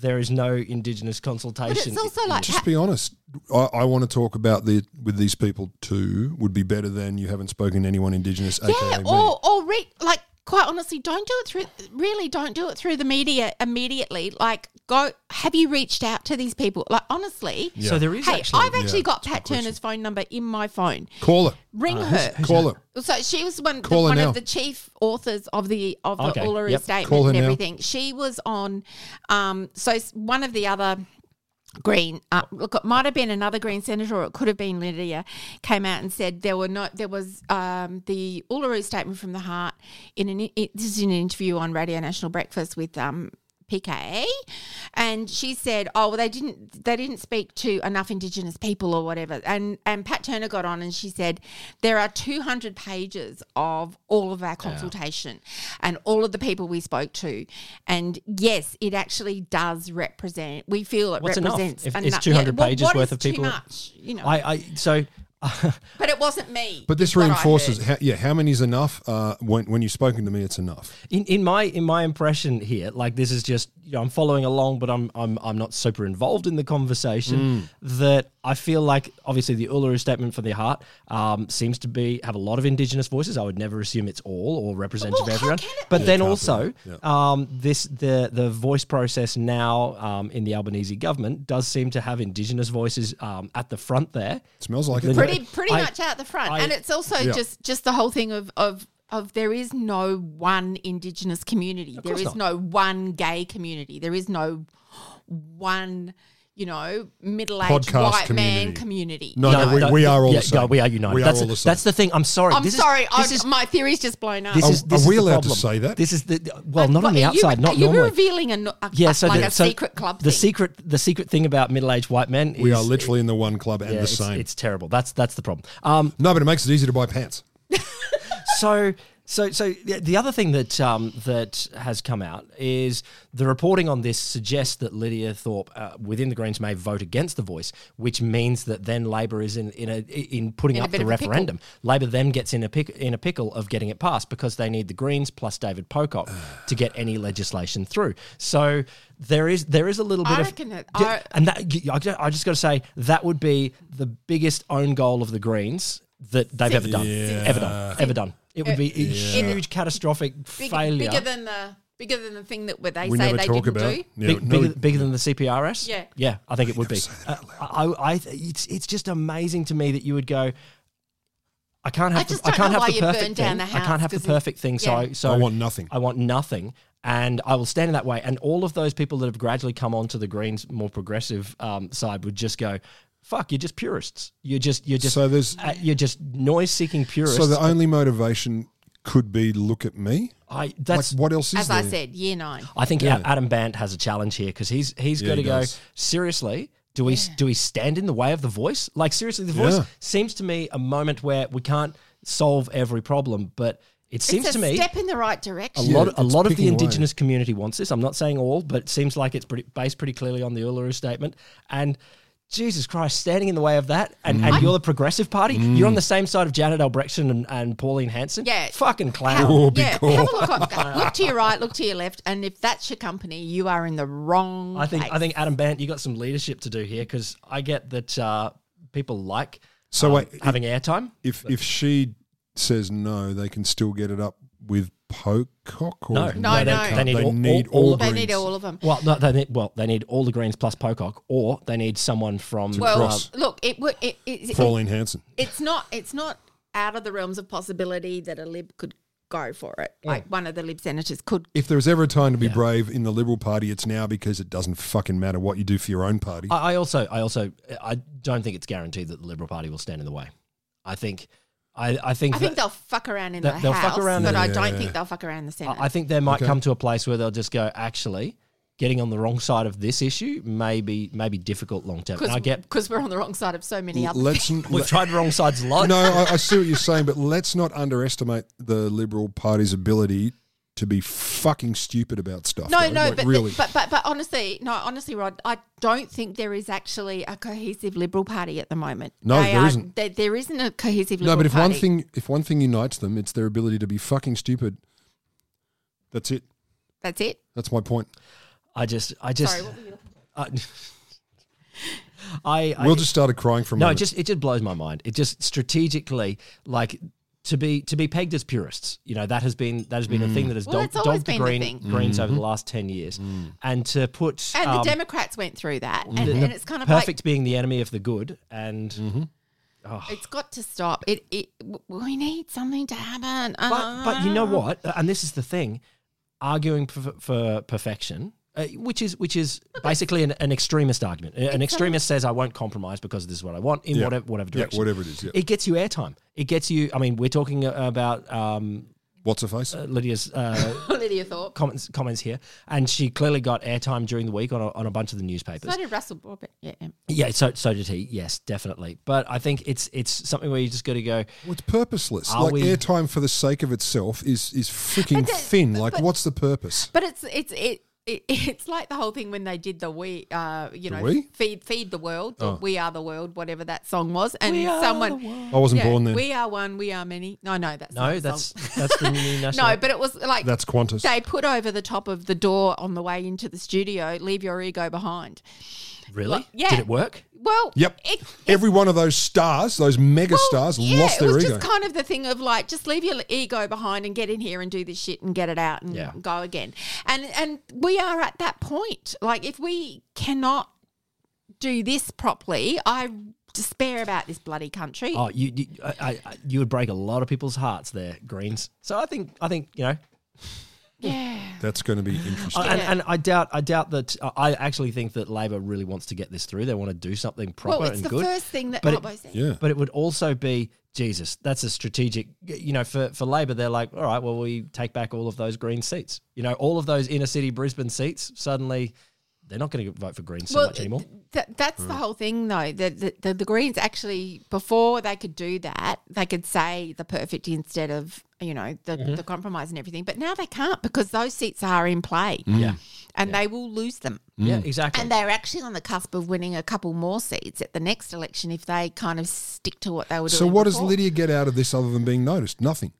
Speaker 12: there is no Indigenous consultation.
Speaker 8: But it's also like
Speaker 13: Just be honest. I, I want to talk about the with these people too. Would be better than you haven't spoken to anyone Indigenous.
Speaker 8: Yeah,
Speaker 13: aka me.
Speaker 8: or or re- like quite honestly, don't do it through. Really, don't do it through the media immediately. Like, go. Have you reached out to these people? Like, honestly.
Speaker 13: Yeah.
Speaker 12: So there is
Speaker 8: Hey,
Speaker 12: actually.
Speaker 8: I've actually
Speaker 13: Yeah,
Speaker 8: got
Speaker 13: it's a good
Speaker 8: Pat Turner's phone number in my phone.
Speaker 13: call her.
Speaker 8: Ring
Speaker 12: Uh, who's-
Speaker 8: her.
Speaker 12: who's
Speaker 13: Call
Speaker 12: that?
Speaker 13: her.
Speaker 8: So she was one,
Speaker 13: Call her
Speaker 8: one
Speaker 13: now.
Speaker 8: of the chief authors of the of the
Speaker 12: Okay,
Speaker 8: Uluru
Speaker 12: yep.
Speaker 13: Call
Speaker 8: statement
Speaker 13: her
Speaker 8: and
Speaker 13: now.
Speaker 8: everything. She was on, um, so s- one of the other green. Uh, look, it might have been another green senator, or it could have been Lydia. Came out and said there were not there was um, the Uluru statement from the heart in an it, this is in an interview on Radio National Breakfast with um, PK, and she said, "Oh, well, they didn't they didn't speak to enough Indigenous people or whatever." And and Pat Turner got on and she said, "There are two hundred pages of all of our consultation and all of the people we spoke to, and yes, it actually does represent. We feel it
Speaker 12: What's enough?
Speaker 8: represents
Speaker 12: If it's
Speaker 8: enough-
Speaker 12: 200
Speaker 8: well,
Speaker 12: pages
Speaker 8: what
Speaker 12: worth
Speaker 8: is
Speaker 12: of people-
Speaker 8: Too much, you know.
Speaker 12: I, I so
Speaker 8: But it wasn't me.
Speaker 13: But this
Speaker 8: is what I
Speaker 13: reinforces,
Speaker 8: heard.
Speaker 13: how, yeah, how many is enough? Uh, when when you've spoken to me, it's enough.
Speaker 12: In, in my in my impression here, like this is just you know, I'm following along, but I'm I'm I'm not super involved in the
Speaker 13: Mm.
Speaker 12: conversation. That I feel like obviously the Uluru Statement from the Heart um, seems to be have a lot of Indigenous voices. I would never assume it's all or representative of everyone, but
Speaker 13: Yeah, it
Speaker 12: then
Speaker 13: can't be.
Speaker 12: also
Speaker 13: Yeah.
Speaker 12: um, this the the voice process now um, in the Albanese government does seem to have Indigenous voices um, at the front there.
Speaker 13: smells like it.
Speaker 8: pretty pretty
Speaker 12: I-
Speaker 8: much out the front
Speaker 12: I-
Speaker 8: and it's also
Speaker 12: Yeah.
Speaker 8: just just the whole thing of of of there is no one indigenous community there
Speaker 12: course
Speaker 8: is
Speaker 12: not.
Speaker 8: no one gay community there is no one you know middle-aged
Speaker 12: Podcast
Speaker 8: white man
Speaker 12: community.
Speaker 8: community
Speaker 13: No, no, we-
Speaker 12: that-
Speaker 13: we are all
Speaker 12: yeah,
Speaker 13: the same.
Speaker 12: no, we are united.
Speaker 13: We are
Speaker 12: that's,
Speaker 13: all the same.
Speaker 12: that's the thing. I'm sorry.
Speaker 8: i'm
Speaker 12: This is-
Speaker 8: sorry I-
Speaker 12: this is-
Speaker 8: my theory's just blown up
Speaker 12: This is, this
Speaker 13: are
Speaker 12: is
Speaker 13: we
Speaker 12: the
Speaker 13: allowed to
Speaker 12: problem.
Speaker 13: say that?
Speaker 12: This is the well, not on the
Speaker 8: Are you-
Speaker 12: outside, not
Speaker 8: are you
Speaker 12: normally.
Speaker 8: revealing a, no- a-
Speaker 12: yeah, so
Speaker 8: like
Speaker 12: the,
Speaker 8: a
Speaker 12: so
Speaker 8: secret club
Speaker 12: The
Speaker 8: thing.
Speaker 12: secret, the secret thing about middle-aged white men. Is,
Speaker 13: We are literally in the one club and
Speaker 12: yeah,
Speaker 13: the
Speaker 12: it's,
Speaker 13: same.
Speaker 12: It's terrible. That's that's the problem. Um,
Speaker 13: no, but it makes it easy to buy pants.
Speaker 12: so so so the the other thing that um, that has come out is the reporting on this suggests that Lydia Thorpe uh, within the Greens may vote against the Voice, which means that then Labor is in in a, in putting
Speaker 8: In a
Speaker 12: up
Speaker 8: bit
Speaker 12: the
Speaker 8: of a pickle.
Speaker 12: referendum. Labor then gets in a pick, in a pickle of getting it passed because they need the Greens plus David
Speaker 8: [sighs]
Speaker 12: Pocock to get any legislation through. So there is there is a little bit
Speaker 8: I
Speaker 12: of
Speaker 8: reckon that
Speaker 12: Yeah,
Speaker 8: I-
Speaker 12: and that you- I ju- I just got to say that would be the biggest own goal of the Greens that they've ever done,
Speaker 13: Yeah.
Speaker 12: ever done, ever done. It would be a
Speaker 13: Uh, Yeah.
Speaker 12: huge, catastrophic
Speaker 8: Big-
Speaker 12: failure.
Speaker 8: bigger than the bigger than the thing that where they
Speaker 13: we
Speaker 8: say
Speaker 13: never
Speaker 8: they
Speaker 13: talk
Speaker 8: didn't
Speaker 13: about.
Speaker 8: do
Speaker 13: Yeah,
Speaker 12: Big-
Speaker 13: no,
Speaker 12: bigger,
Speaker 13: we-
Speaker 12: bigger than the CPRS?
Speaker 8: Yeah.
Speaker 12: Yeah, I think it would be. Uh, I, I, it's, it's just amazing to me that you would go, I can't have
Speaker 8: I just
Speaker 12: the, I
Speaker 8: don't
Speaker 12: can't
Speaker 8: know
Speaker 12: have
Speaker 8: why
Speaker 12: the
Speaker 8: you
Speaker 12: perfect
Speaker 8: burned
Speaker 12: thing.
Speaker 8: down the
Speaker 12: I can't
Speaker 8: house
Speaker 12: have the
Speaker 8: 'cause it-
Speaker 12: perfect thing. So,
Speaker 8: yeah.
Speaker 12: so
Speaker 13: I want nothing.
Speaker 12: I want nothing. And I will stand in that way. And all of those people that have gradually come onto the Greens more progressive um, side would just go, fuck, you're just purists. You're just, you're just,
Speaker 13: So there's-
Speaker 12: uh, you're just noise seeking purists.
Speaker 13: So the only motivation could be look at me.
Speaker 12: I, that's
Speaker 13: like what else is
Speaker 8: as
Speaker 13: there?
Speaker 8: i said year nine
Speaker 12: I think
Speaker 13: Yeah.
Speaker 12: A- Adam Bant has a challenge here because he's he's
Speaker 13: Yeah,
Speaker 12: got to
Speaker 13: he
Speaker 12: go
Speaker 13: does.
Speaker 12: seriously. Do we do we stand in the way of the voice? Like seriously, the voice
Speaker 13: Yeah.
Speaker 12: seems to me a moment where we can't solve every problem, but it seems
Speaker 8: it's a
Speaker 12: to me
Speaker 8: step in the right
Speaker 12: a
Speaker 8: direction
Speaker 12: lot
Speaker 13: Yeah,
Speaker 12: a
Speaker 13: it's
Speaker 12: lot of the
Speaker 13: picking away.
Speaker 12: indigenous community wants this. I'm not saying all, but it seems like it's pretty, based pretty clearly on the Uluru statement and. Jesus Christ, standing in the way of that, and,
Speaker 13: Mm.
Speaker 12: and you're the Progressive Party. You're on the same side of Janet Albrechtson and, and Pauline Hanson.
Speaker 8: Yeah.
Speaker 12: fucking clown.
Speaker 8: Have,
Speaker 13: Oh, be
Speaker 8: yeah,
Speaker 13: cool.
Speaker 8: have a look, on, look to your right, look to your left, and if that's your company, you are in the wrong.
Speaker 12: I think
Speaker 8: place.
Speaker 12: I think Adam Bant, you got some leadership to do here because I get that uh, people like
Speaker 13: So
Speaker 12: um,
Speaker 13: wait,
Speaker 12: having airtime.
Speaker 13: If if she says no, they can still get it up with Pocock. Or
Speaker 12: No.
Speaker 8: No,
Speaker 13: they
Speaker 8: no.
Speaker 13: can't.
Speaker 8: They
Speaker 12: need
Speaker 13: They
Speaker 12: all-
Speaker 13: need
Speaker 12: all- all
Speaker 13: all.
Speaker 12: of
Speaker 8: they
Speaker 13: Greens.
Speaker 8: need all of them.
Speaker 12: Well, no, they need, well they need all the Greens plus Pocock, or they need someone from. uh,
Speaker 8: Well,
Speaker 13: Ross.
Speaker 8: look, it, would- it, it, it,
Speaker 13: Pauline Hanson.
Speaker 8: it's not it's not out of the realms of possibility that a lib could go for it. Like one of the lib senators could.
Speaker 13: If there was ever a time to be brave in the Liberal Party, it's now because it doesn't fucking matter what you do for your own party.
Speaker 12: I, I also I also I don't think it's guaranteed that the Liberal Party will stand in the way. I think I I think
Speaker 8: I think
Speaker 12: that-
Speaker 8: they'll fuck around in
Speaker 12: They'll-
Speaker 8: the
Speaker 12: they'll fuck
Speaker 8: house,
Speaker 12: around
Speaker 8: but
Speaker 12: in-
Speaker 8: I don't
Speaker 13: Yeah.
Speaker 8: think they'll fuck around in the senate.
Speaker 12: I think they might
Speaker 13: Okay.
Speaker 12: come to a place where they'll just go actually. Getting on the wrong side of this issue may be, may be difficult long term. And I get
Speaker 8: because we're on the wrong side of so many
Speaker 13: L-
Speaker 8: other.
Speaker 13: Let's n-
Speaker 12: we've tried wrong
Speaker 13: [laughs]
Speaker 12: sides a lot.
Speaker 13: No, I, I see what you're saying, but let's not underestimate the Liberal Party's ability to be fucking stupid about stuff.
Speaker 8: No,
Speaker 13: though.
Speaker 8: no,
Speaker 13: Like,
Speaker 8: but,
Speaker 13: really,
Speaker 8: but but but honestly, no, honestly, Rod, I don't think there is actually a cohesive Liberal Party at the moment.
Speaker 13: No,
Speaker 8: They
Speaker 13: there
Speaker 8: are-
Speaker 13: isn't.
Speaker 8: There, there isn't a cohesive
Speaker 13: no.
Speaker 8: Liberal
Speaker 13: But if one
Speaker 8: Party.
Speaker 13: thing, if one thing unites them, it's their ability to be fucking stupid. That's it.
Speaker 8: that's it.
Speaker 13: That's my point.
Speaker 12: I just I just
Speaker 8: Sorry, what were you?
Speaker 12: I, [laughs] I, I
Speaker 13: Will just started crying from
Speaker 12: no, it just it just blows my mind. It just strategically like to be to be pegged as purists. You know that has been that has been a thing that has
Speaker 8: Well,
Speaker 12: dogged
Speaker 8: it's always
Speaker 12: dogged the
Speaker 8: been a
Speaker 12: green,
Speaker 8: thing.
Speaker 12: greens over the last ten years, and to put
Speaker 8: And
Speaker 12: um,
Speaker 8: the Democrats went through that, and,
Speaker 12: the-
Speaker 8: and
Speaker 12: the
Speaker 8: it's kind of
Speaker 12: perfect
Speaker 8: like
Speaker 12: being the enemy of the good, and
Speaker 8: it's got to stop. It, it w- we need something to happen. Uh,
Speaker 12: but but
Speaker 8: Ah.
Speaker 12: you know what? And this is the thing, arguing for, for perfection. Uh, which is which
Speaker 8: [laughs]
Speaker 12: is basically an, an extremist argument. An extremist says, "I won't compromise because this is what I want in
Speaker 13: Yeah.
Speaker 12: whatever whatever
Speaker 13: Yeah,
Speaker 12: direction."
Speaker 13: whatever it is, yeah.
Speaker 12: It gets you airtime. It gets you. I mean, we're talking uh, about um,
Speaker 13: What's her face?
Speaker 12: Lydia's
Speaker 13: [laughs]
Speaker 12: uh,
Speaker 8: [laughs] Lydia Thorpe.
Speaker 12: comments comments here, and she clearly got airtime during the week on a, on a bunch of the newspapers.
Speaker 8: So did Russell Broadbent. Yeah, yeah.
Speaker 12: yeah, so so did he. Yes, definitely. But I think it's it's something where you just got to go.
Speaker 13: Well, it's purposeless.
Speaker 12: Are
Speaker 13: Like
Speaker 12: we-
Speaker 13: airtime for the sake of itself is is freaking
Speaker 8: But the-
Speaker 13: thin. Like,
Speaker 8: but-
Speaker 13: what's the purpose?
Speaker 8: but it's it's it. it, [laughs] it's like the whole thing when they did the we, uh, you
Speaker 13: The
Speaker 8: know,
Speaker 13: We?
Speaker 8: feed feed the world, or
Speaker 13: Oh.
Speaker 8: we are the world, whatever that song was, and
Speaker 12: We are
Speaker 8: someone
Speaker 12: the world.
Speaker 13: I wasn't born then.
Speaker 8: We are one, we are many. No, no, that's
Speaker 12: No,
Speaker 8: not the
Speaker 12: that's-
Speaker 8: song.
Speaker 12: that's the new national-
Speaker 8: [laughs] no, but it was like
Speaker 13: That's Qantas.
Speaker 8: They put over the top of the door on the way into the studio. Leave your ego behind.
Speaker 12: Really?
Speaker 8: Like, yeah.
Speaker 12: Did it work?
Speaker 8: Well,
Speaker 13: Yep.
Speaker 8: It,
Speaker 13: Every one of those stars, those mega stars,
Speaker 8: yeah,
Speaker 13: lost
Speaker 8: it
Speaker 13: their
Speaker 8: was
Speaker 13: ego.
Speaker 8: just kind of the thing of like, just leave your ego behind and get in here and do this shit and get it out and
Speaker 12: Yeah.
Speaker 8: go again. And and we are at that point. Like, if we cannot do this properly, I despair about this bloody country.
Speaker 12: Oh, you you, I, I, I- you would break a lot of people's hearts there, Greens. So I think I think you know,
Speaker 8: yeah.
Speaker 13: That's going to be
Speaker 8: Oh.
Speaker 13: interesting.
Speaker 12: I- and, and I doubt I doubt that I actually think that Labor really wants to get this through. They want to do something proper
Speaker 8: Well, it's
Speaker 12: and
Speaker 8: the
Speaker 12: good.
Speaker 8: first thing that
Speaker 12: But it-
Speaker 8: Robbo said.
Speaker 13: yeah.
Speaker 12: But it would also be Jesus. That's a strategic, you know, for for Labor. They're like, all right, well, we take back all of those green seats. You know, all of those inner city Brisbane seats. Suddenly, they're not going to vote for Greens so much anymore.
Speaker 8: th- that's
Speaker 13: Hmm.
Speaker 8: the whole thing, though. The, the, the, the Greens actually, before they could do that, they could say the perfect instead of, you know, the,
Speaker 13: Mm-hmm.
Speaker 8: the compromise and everything. But now they can't because those seats are in play.
Speaker 13: Mm.
Speaker 12: Yeah.
Speaker 8: And they will lose them.
Speaker 12: Yeah, exactly.
Speaker 8: And they're actually on the cusp of winning a couple more seats at the next election if they kind of stick to what they were doing.
Speaker 13: So what does
Speaker 8: before.
Speaker 13: Lydia get out of this other than being noticed? Nothing.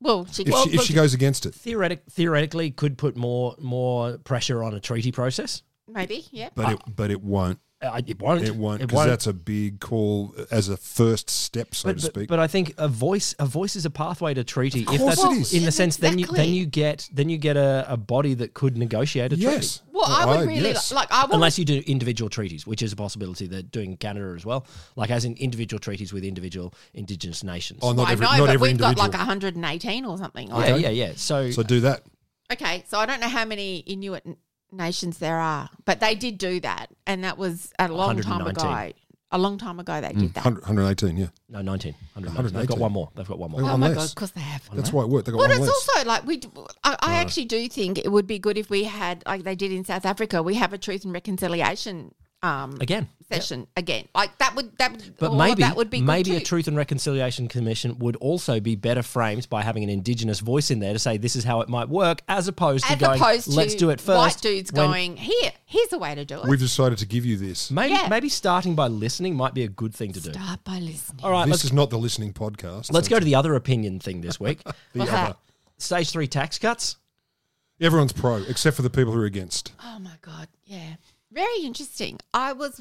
Speaker 8: Well, she
Speaker 13: If,
Speaker 8: well,
Speaker 13: she, if she goes against it.
Speaker 12: Theoretic, theoretically, could put more more pressure on a treaty process.
Speaker 8: maybe, yeah.
Speaker 13: But it but it won't.
Speaker 12: Uh, it won't.
Speaker 13: It won't because that's a big call as a first step, so
Speaker 12: but,
Speaker 13: to
Speaker 12: but-
Speaker 13: speak.
Speaker 12: but I think a voice a voice is a pathway to treaty.
Speaker 13: Of course
Speaker 12: that's,
Speaker 13: it is.
Speaker 12: In the sense, then you then
Speaker 8: Exactly.
Speaker 12: you get then you get a, a body that could negotiate a
Speaker 13: yes.
Speaker 12: treaty.
Speaker 8: Well, I would
Speaker 13: Oh,
Speaker 8: really
Speaker 13: yes.
Speaker 8: like. I want
Speaker 12: Unless you do individual treaties, which is a possibility. They're doing Canada as well, like as in individual treaties with individual Indigenous nations.
Speaker 13: Oh, not
Speaker 8: I
Speaker 13: every,
Speaker 8: know,
Speaker 13: not
Speaker 8: but
Speaker 13: every
Speaker 8: we've
Speaker 13: individual.
Speaker 8: got like 118 or something.
Speaker 12: yeah, yeah, yeah. So,
Speaker 13: so do that.
Speaker 8: Okay, so I don't know how many Inuit n- nations there are, but they did do that, and that was a long time
Speaker 12: 119.
Speaker 8: ago. A long time ago, they
Speaker 12: Mm.
Speaker 8: did that.
Speaker 13: 100, 118, yeah.
Speaker 12: no, 19. 119. They've got
Speaker 13: 119.
Speaker 12: one more. They've got one more.
Speaker 13: They've got
Speaker 8: Oh
Speaker 13: one
Speaker 8: my
Speaker 13: less.
Speaker 8: god, of course they have.
Speaker 13: That's why it worked. They "Oh, got
Speaker 8: But it's
Speaker 13: one less.
Speaker 8: also like we. d- I, I actually do think it would be good if we had, like they did in South Africa, we have a truth and reconciliation um,
Speaker 12: Again.
Speaker 8: session again. Like that would that. would-
Speaker 12: But
Speaker 8: all of
Speaker 12: maybe
Speaker 8: that would be good
Speaker 12: maybe a
Speaker 8: too.
Speaker 12: Truth and Reconciliation Commission would also be better framed by having an Indigenous voice in there to say this is how it might work, as opposed to
Speaker 8: as
Speaker 12: going,
Speaker 8: opposed to
Speaker 12: let's do it first.
Speaker 8: White dudes
Speaker 12: when-
Speaker 8: going here. Here's a way to do it.
Speaker 13: We've decided to give you this.
Speaker 12: Maybe
Speaker 8: Yeah.
Speaker 12: maybe starting by listening might be a good thing to do.
Speaker 8: Start by listening.
Speaker 12: All right,
Speaker 13: this
Speaker 12: let's,
Speaker 13: is not the listening podcast.
Speaker 12: let's go to the other opinion thing this
Speaker 13: [laughs]
Speaker 12: week.
Speaker 13: the
Speaker 8: What's that?
Speaker 13: other.
Speaker 12: Stage three tax cuts.
Speaker 13: Everyone's pro, except for the people who are against.
Speaker 8: Oh my god, yeah. Very interesting. I was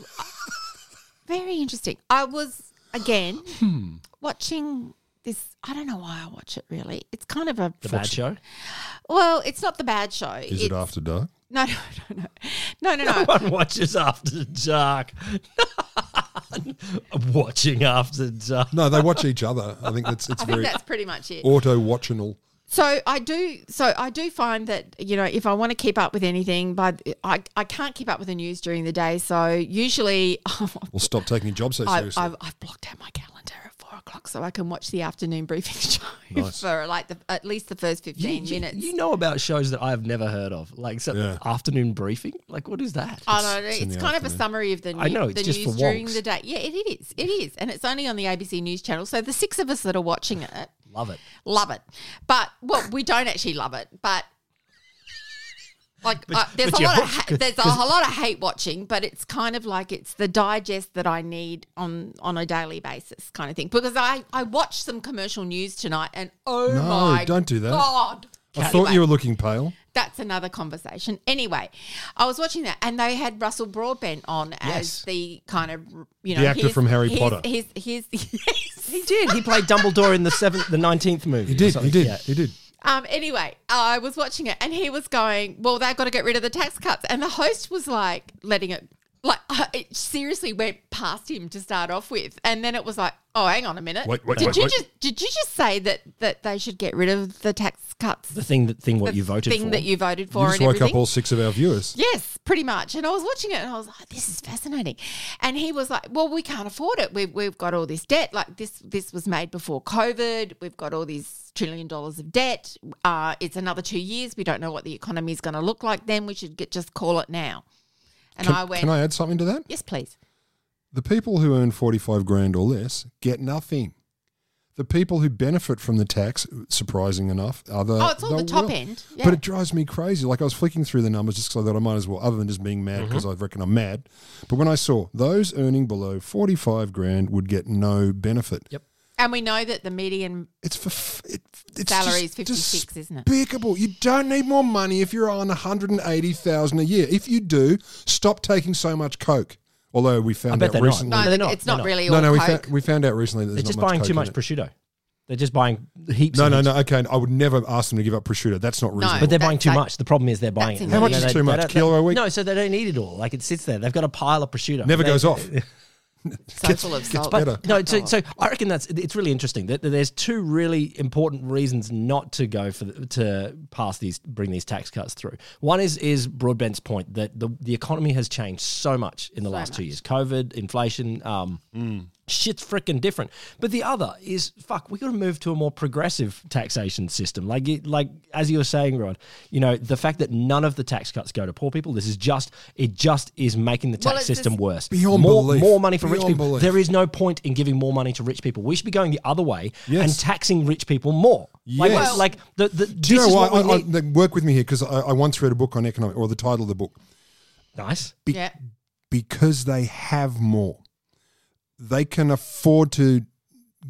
Speaker 8: [laughs] very interesting. I was again
Speaker 12: Hmm.
Speaker 8: watching this I don't know why I watch it really. It's kind of a
Speaker 12: The bad show.
Speaker 8: Well, it's not the bad show.
Speaker 13: Is it
Speaker 8: It's-
Speaker 13: after dark?
Speaker 8: [laughs] No, no, no, no. No, no,
Speaker 13: [laughs]
Speaker 8: no.
Speaker 12: One watches after dark. [laughs] Watching after dark.
Speaker 13: No, they watch each other. I think that's it's
Speaker 8: I think
Speaker 13: very
Speaker 8: that's pretty much it.
Speaker 13: auto watching
Speaker 8: So I do. So I do find that you know if I want to keep up with anything, but I, I can't keep up with the news during the day. So usually [laughs]
Speaker 13: Well, stop taking your job so
Speaker 8: I've,
Speaker 13: seriously.
Speaker 8: I've, I've blocked out my calendar at four o'clock so I can watch the afternoon briefing [laughs] show
Speaker 13: Nice.
Speaker 8: for like the, at least the first 15 minutes.
Speaker 12: You know about shows that I've never heard of, like some
Speaker 13: Yeah.
Speaker 12: afternoon briefing. Like, what is that?
Speaker 8: I don't know.
Speaker 13: it's
Speaker 8: It's,
Speaker 13: in the
Speaker 8: kind of a
Speaker 13: afternoon.
Speaker 8: summary of the, new,
Speaker 12: I know, it's
Speaker 8: the
Speaker 12: just for
Speaker 8: news during
Speaker 12: wonks.
Speaker 8: the day. Yeah, it is. It is. And it's only on the ABC News channel. So the six of us that are watching it
Speaker 12: Love it.
Speaker 8: love it. But, well, we don't actually love it, but. Like uh, there's
Speaker 12: but
Speaker 8: a
Speaker 12: you're
Speaker 8: lot of
Speaker 12: hooked
Speaker 8: ha- there's a lot of hate watching, but it's kind of like it's the digest that I need on on a daily basis kind of thing. Because I I watched some commercial news tonight, and oh
Speaker 13: No,
Speaker 8: my
Speaker 13: don't do that.
Speaker 8: God,
Speaker 13: I thought you
Speaker 8: Anyway
Speaker 13: were looking pale.
Speaker 8: that's another conversation. Anyway, I was watching that, and they had Russell Broadbent on
Speaker 12: Yes.
Speaker 8: as the kind of you know
Speaker 13: The actor
Speaker 8: here's-
Speaker 13: from Harry
Speaker 8: here's-
Speaker 13: Potter.
Speaker 8: Here's, [laughs] here's, yes.
Speaker 12: He did. He played Dumbledore in the seventh, the nineteenth movie.
Speaker 13: He did. He did. He did.
Speaker 8: Um, anyway, I was watching it, and he was going, "Well, they've got to get rid of the tax cuts," and the host was like, letting it. Like uh, it seriously went past him to start off with, and then it was like, "Oh, hang on a minute!
Speaker 13: Wait, wait,
Speaker 8: did
Speaker 13: wait,
Speaker 8: you
Speaker 13: wait.
Speaker 8: just did you just say that that they should get rid of the tax cuts?
Speaker 12: The thing that thing what
Speaker 8: The
Speaker 12: you voted
Speaker 8: thing
Speaker 12: for.
Speaker 8: that you voted for,
Speaker 13: You just
Speaker 8: and
Speaker 13: woke
Speaker 8: everything?
Speaker 13: up all six of our viewers.
Speaker 8: Yes, pretty much. And I was watching it and I was like, this is fascinating. And he was like, well, we can't afford it. We've, we've got all this debt. Like this, this was made before COVID. We've got all these trillion dollars of debt. Uh, it's another two years. We don't know what the economy is going to look like then. We should get, just call it now. And
Speaker 13: Can,
Speaker 8: I went,
Speaker 13: can I add something to that?
Speaker 8: yes, please.
Speaker 13: The people who earn 45 grand or less get nothing. The people who benefit from the tax, surprising enough, are the
Speaker 8: Oh, it's all the top end, yeah.
Speaker 13: But it drives me crazy. Like I was flicking through the numbers just so that I might as well, other than just being mad because I reckon I'm mad. But when I saw those earning below forty five grand would get no benefit. Yep.
Speaker 8: And we know that the median
Speaker 13: it's for f- it, it's
Speaker 8: salary is
Speaker 13: just
Speaker 8: 56, isn't it?
Speaker 13: Despicable. You don't need more money if you're on 180,000 a year. If you do, stop taking so much coke. Although we found
Speaker 12: bet
Speaker 13: out
Speaker 12: they're not.
Speaker 13: recently.
Speaker 12: No, No, they're not.
Speaker 8: It's not
Speaker 12: They're not.
Speaker 8: really
Speaker 13: No,
Speaker 8: all
Speaker 13: no, we
Speaker 8: coke.
Speaker 13: found, we found out recently that
Speaker 12: They're
Speaker 13: there's
Speaker 12: just
Speaker 13: not much
Speaker 12: buying
Speaker 13: coke
Speaker 12: too
Speaker 13: in
Speaker 12: much
Speaker 13: it.
Speaker 12: prosciutto. They're just buying heaps.
Speaker 13: No,
Speaker 12: and
Speaker 13: no,
Speaker 12: heaps.
Speaker 13: no. Okay, I would never ask them to give up prosciutto. That's not reasonable.
Speaker 12: But they're buying
Speaker 8: that's
Speaker 12: too
Speaker 8: like-
Speaker 12: much. The problem is they're buying it.
Speaker 8: How much
Speaker 12: You know,
Speaker 13: is
Speaker 12: they-
Speaker 13: too
Speaker 12: they
Speaker 13: much?
Speaker 12: don't-
Speaker 13: Kilo a week?
Speaker 12: No, so they don't eat it all. Like it sits there. They've got a pile of prosciutto.
Speaker 13: Never
Speaker 12: They-
Speaker 13: goes [laughs] off.
Speaker 8: so
Speaker 13: gets-
Speaker 8: full of
Speaker 13: gets
Speaker 8: salt.
Speaker 13: better.
Speaker 12: But no,
Speaker 8: Oh.
Speaker 12: so, so I reckon that's it's really interesting. That that there's two really important reasons not to go for the, to pass these bring these tax cuts through. One is is Broadbent's point that the the economy has changed so much in the last two years: COVID, inflation, um,
Speaker 13: Mm.
Speaker 12: shit's freaking different. But the other is fuck, we got to move to a more progressive taxation system. Like it, like as you were saying, Rod, you know the fact that none of the tax cuts go to poor people. This is just it just is making the
Speaker 8: Well,
Speaker 12: tax
Speaker 8: it's just-
Speaker 12: system worse.
Speaker 13: Beyond
Speaker 12: more,
Speaker 13: belief.
Speaker 12: more money for rich
Speaker 13: Beyond
Speaker 12: people.
Speaker 13: belief.
Speaker 12: There is no point in giving more money to rich people. We should be going the other way
Speaker 13: Yes.
Speaker 12: and taxing rich people more. Like,
Speaker 13: Yes.
Speaker 12: like the, the,
Speaker 13: Do you
Speaker 12: this
Speaker 13: know
Speaker 12: is
Speaker 13: why?
Speaker 12: what we
Speaker 13: I, I,
Speaker 12: need.
Speaker 13: then work with me here because I, I once read a book on economic, or the title of the book,
Speaker 12: nice.
Speaker 13: be-
Speaker 8: yeah.
Speaker 13: because they have more. They can afford to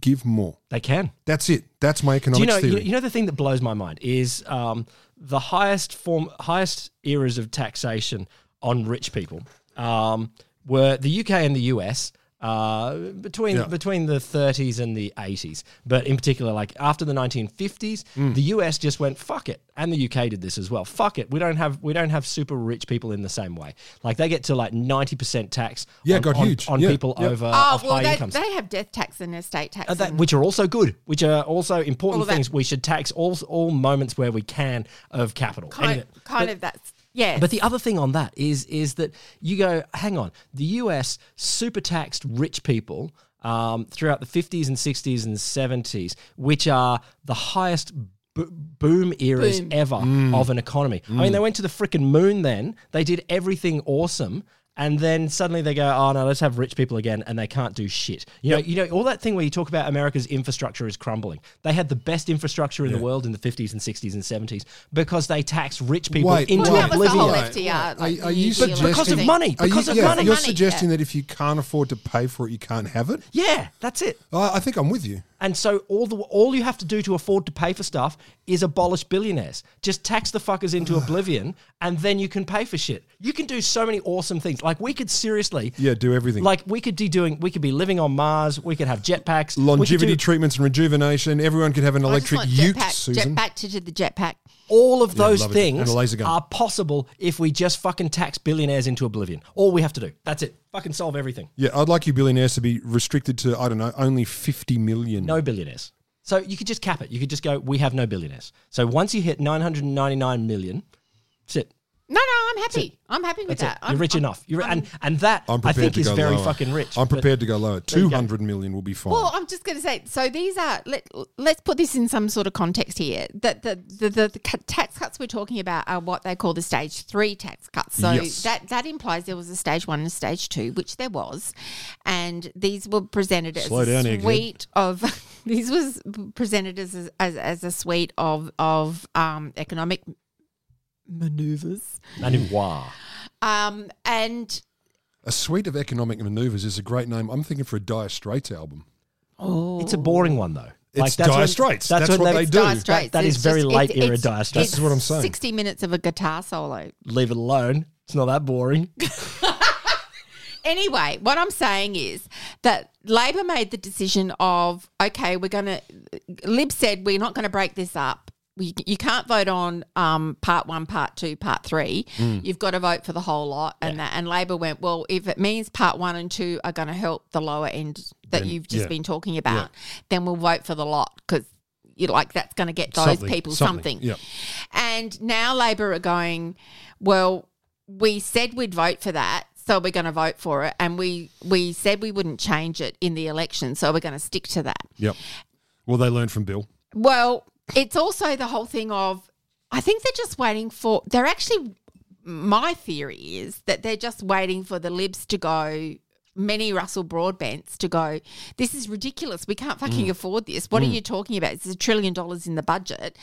Speaker 13: give more.
Speaker 12: They can.
Speaker 13: That's it. That's
Speaker 12: Do
Speaker 13: my
Speaker 12: you
Speaker 13: economics
Speaker 12: know, you,
Speaker 13: theory.
Speaker 12: you know the thing that blows my mind is um, the highest form, highest eras of taxation on rich people um, were the UK and the US uh, between
Speaker 13: Yeah.
Speaker 12: between the 30s and the 80s. But in particular, like after the 1950s,
Speaker 13: Mm.
Speaker 12: the US just went fuck it, and the UK did this as well. Fuck it, we don't have we don't have super rich people in the same way. Like they get to like 90 percent tax.
Speaker 13: Yeah,
Speaker 12: on,
Speaker 13: got
Speaker 12: on-
Speaker 13: huge.
Speaker 12: on
Speaker 13: Yeah,
Speaker 12: people
Speaker 13: yeah.
Speaker 12: over
Speaker 8: Oh,
Speaker 12: uh, of
Speaker 8: well,
Speaker 12: high
Speaker 8: they,
Speaker 12: incomes.
Speaker 8: they have death tax and estate tax.
Speaker 12: Uh, that,
Speaker 8: and-
Speaker 12: which are also good, which are also important
Speaker 8: All of that.
Speaker 12: things. We should tax all all moments where we can of capital.
Speaker 8: kind,
Speaker 12: Anyway,
Speaker 8: kind
Speaker 12: but-
Speaker 8: of that's yeah.
Speaker 12: But the other thing on that is is that you go, hang on, the US super taxed rich people um, throughout the 50s and 60s and 70s, which are the highest. bo- Boom eras
Speaker 8: Boom.
Speaker 12: ever of an economy. I mean, they went to the freaking moon then. They did everything awesome. And then suddenly they go, oh no, let's have rich people again, and they can't do shit. You know, you know, all that thing where you talk about America's infrastructure is crumbling. They had the best infrastructure in the world in the fifties and sixties and seventies because they taxed rich people
Speaker 13: Wait,
Speaker 12: into
Speaker 8: well, that was the
Speaker 12: oblivion.
Speaker 8: whole FDR. Like,
Speaker 13: Are, are you
Speaker 8: New Deal
Speaker 13: suggesting
Speaker 12: Because of
Speaker 8: thing.
Speaker 12: money.
Speaker 13: Are you-
Speaker 12: Because of
Speaker 13: yeah,
Speaker 12: money.
Speaker 13: You're
Speaker 8: Money,
Speaker 13: suggesting
Speaker 8: yeah.
Speaker 13: that if you can't afford to pay for it, you can't have it.
Speaker 12: Yeah, that's it.
Speaker 13: I, I think I'm with you.
Speaker 12: And so all the all you have to do to afford to pay for stuff is abolish billionaires. Just tax the fuckers
Speaker 13: [sighs]
Speaker 12: into oblivion, and then you can pay for shit. You can do so many awesome things. Like we could seriously,
Speaker 13: Yeah, do everything.
Speaker 12: Like we could be doing, we could be living on Mars. We could have jetpacks. we could
Speaker 13: Longevity
Speaker 12: do
Speaker 13: treatments and rejuvenation. Everyone could have an
Speaker 8: I just
Speaker 13: electric
Speaker 8: want
Speaker 13: uke,
Speaker 8: jetpack,
Speaker 13: Susan.
Speaker 8: Jetpack to the jetpack.
Speaker 12: all of those
Speaker 13: love it. And
Speaker 12: things
Speaker 13: a laser gun.
Speaker 12: are possible if we just fucking tax billionaires into oblivion. All we have to do. That's it. Fucking solve everything.
Speaker 13: Yeah, I'd like you billionaires to be restricted to, I don't know, only 50 million.
Speaker 12: No billionaires. So you could just cap it. You could just go, we have no billionaires. So once you hit 999 million, that's it.
Speaker 8: No, no, I'm happy. I'm happy with
Speaker 12: That's
Speaker 8: that.
Speaker 12: it.
Speaker 8: I'm,
Speaker 12: You're rich
Speaker 8: I'm-
Speaker 12: enough. You're, and, and that,
Speaker 13: I'm
Speaker 12: I
Speaker 13: prepared
Speaker 12: think,
Speaker 13: to
Speaker 12: is
Speaker 13: go
Speaker 12: very
Speaker 13: lower.
Speaker 12: fucking rich.
Speaker 13: I'm
Speaker 12: but-
Speaker 13: prepared to go lower.
Speaker 12: you go.
Speaker 13: 200 million will be fine.
Speaker 8: Well, I'm just going to say. So these are. Let, let's put this in some sort of context here. That the the, the the cut- tax cuts we're talking about are what they call the stage three tax cuts. So
Speaker 13: Yes.
Speaker 8: that that implies there was a stage one and a stage two, which there was, and these were presented as
Speaker 13: Slow
Speaker 8: a
Speaker 13: down here, kid.
Speaker 8: suite of. [laughs] These was presented as a, as, as a suite of of um, economic maneuvers,
Speaker 12: Manoir.
Speaker 8: um, and
Speaker 13: a suite of economic maneuvers is a great name. I'm thinking for a Dire Straits album.
Speaker 12: It's a boring one, though.
Speaker 13: It's Dire Straits. That's what they do.
Speaker 8: Dire Straits.
Speaker 12: That- that
Speaker 8: It's
Speaker 12: is very late
Speaker 8: it's-
Speaker 12: era
Speaker 8: it's-
Speaker 12: Dire Straits.
Speaker 8: it's
Speaker 13: This is what I'm saying.
Speaker 8: Sixty minutes of a guitar solo.
Speaker 12: Leave it alone. It's not that
Speaker 8: [laughs]
Speaker 12: boring.
Speaker 8: Anyway, what I'm saying is that Labor made the decision of okay, we're going to. Lib said we're not going to break this up. You, you can't vote on um, part one, part two, part three. You've got to vote for the whole lot, and that. And Labor went well. If it means part one and two are going to help the lower end that
Speaker 13: Then-
Speaker 8: you've just
Speaker 13: yeah.
Speaker 8: been talking about, then we'll vote for the lot because you like that's going to get those
Speaker 13: Something,
Speaker 8: people
Speaker 13: something,
Speaker 8: something.
Speaker 13: yep.
Speaker 8: And now Labor are going, well, we said we'd vote for that, so we're going to vote for it, and we we said we wouldn't change it in the election, so we're going to stick to that.
Speaker 13: Yep. Well, they learned from Bill.
Speaker 8: Well, it's also the whole thing of I think they're just waiting for they're actually my theory is that they're just waiting for the libs to go many Russell Broadbents to go, this is ridiculous. We can't fucking
Speaker 14: Mm.
Speaker 8: afford this. What are
Speaker 14: Mm.
Speaker 8: you talking about? It's a trillion dollars in the budget.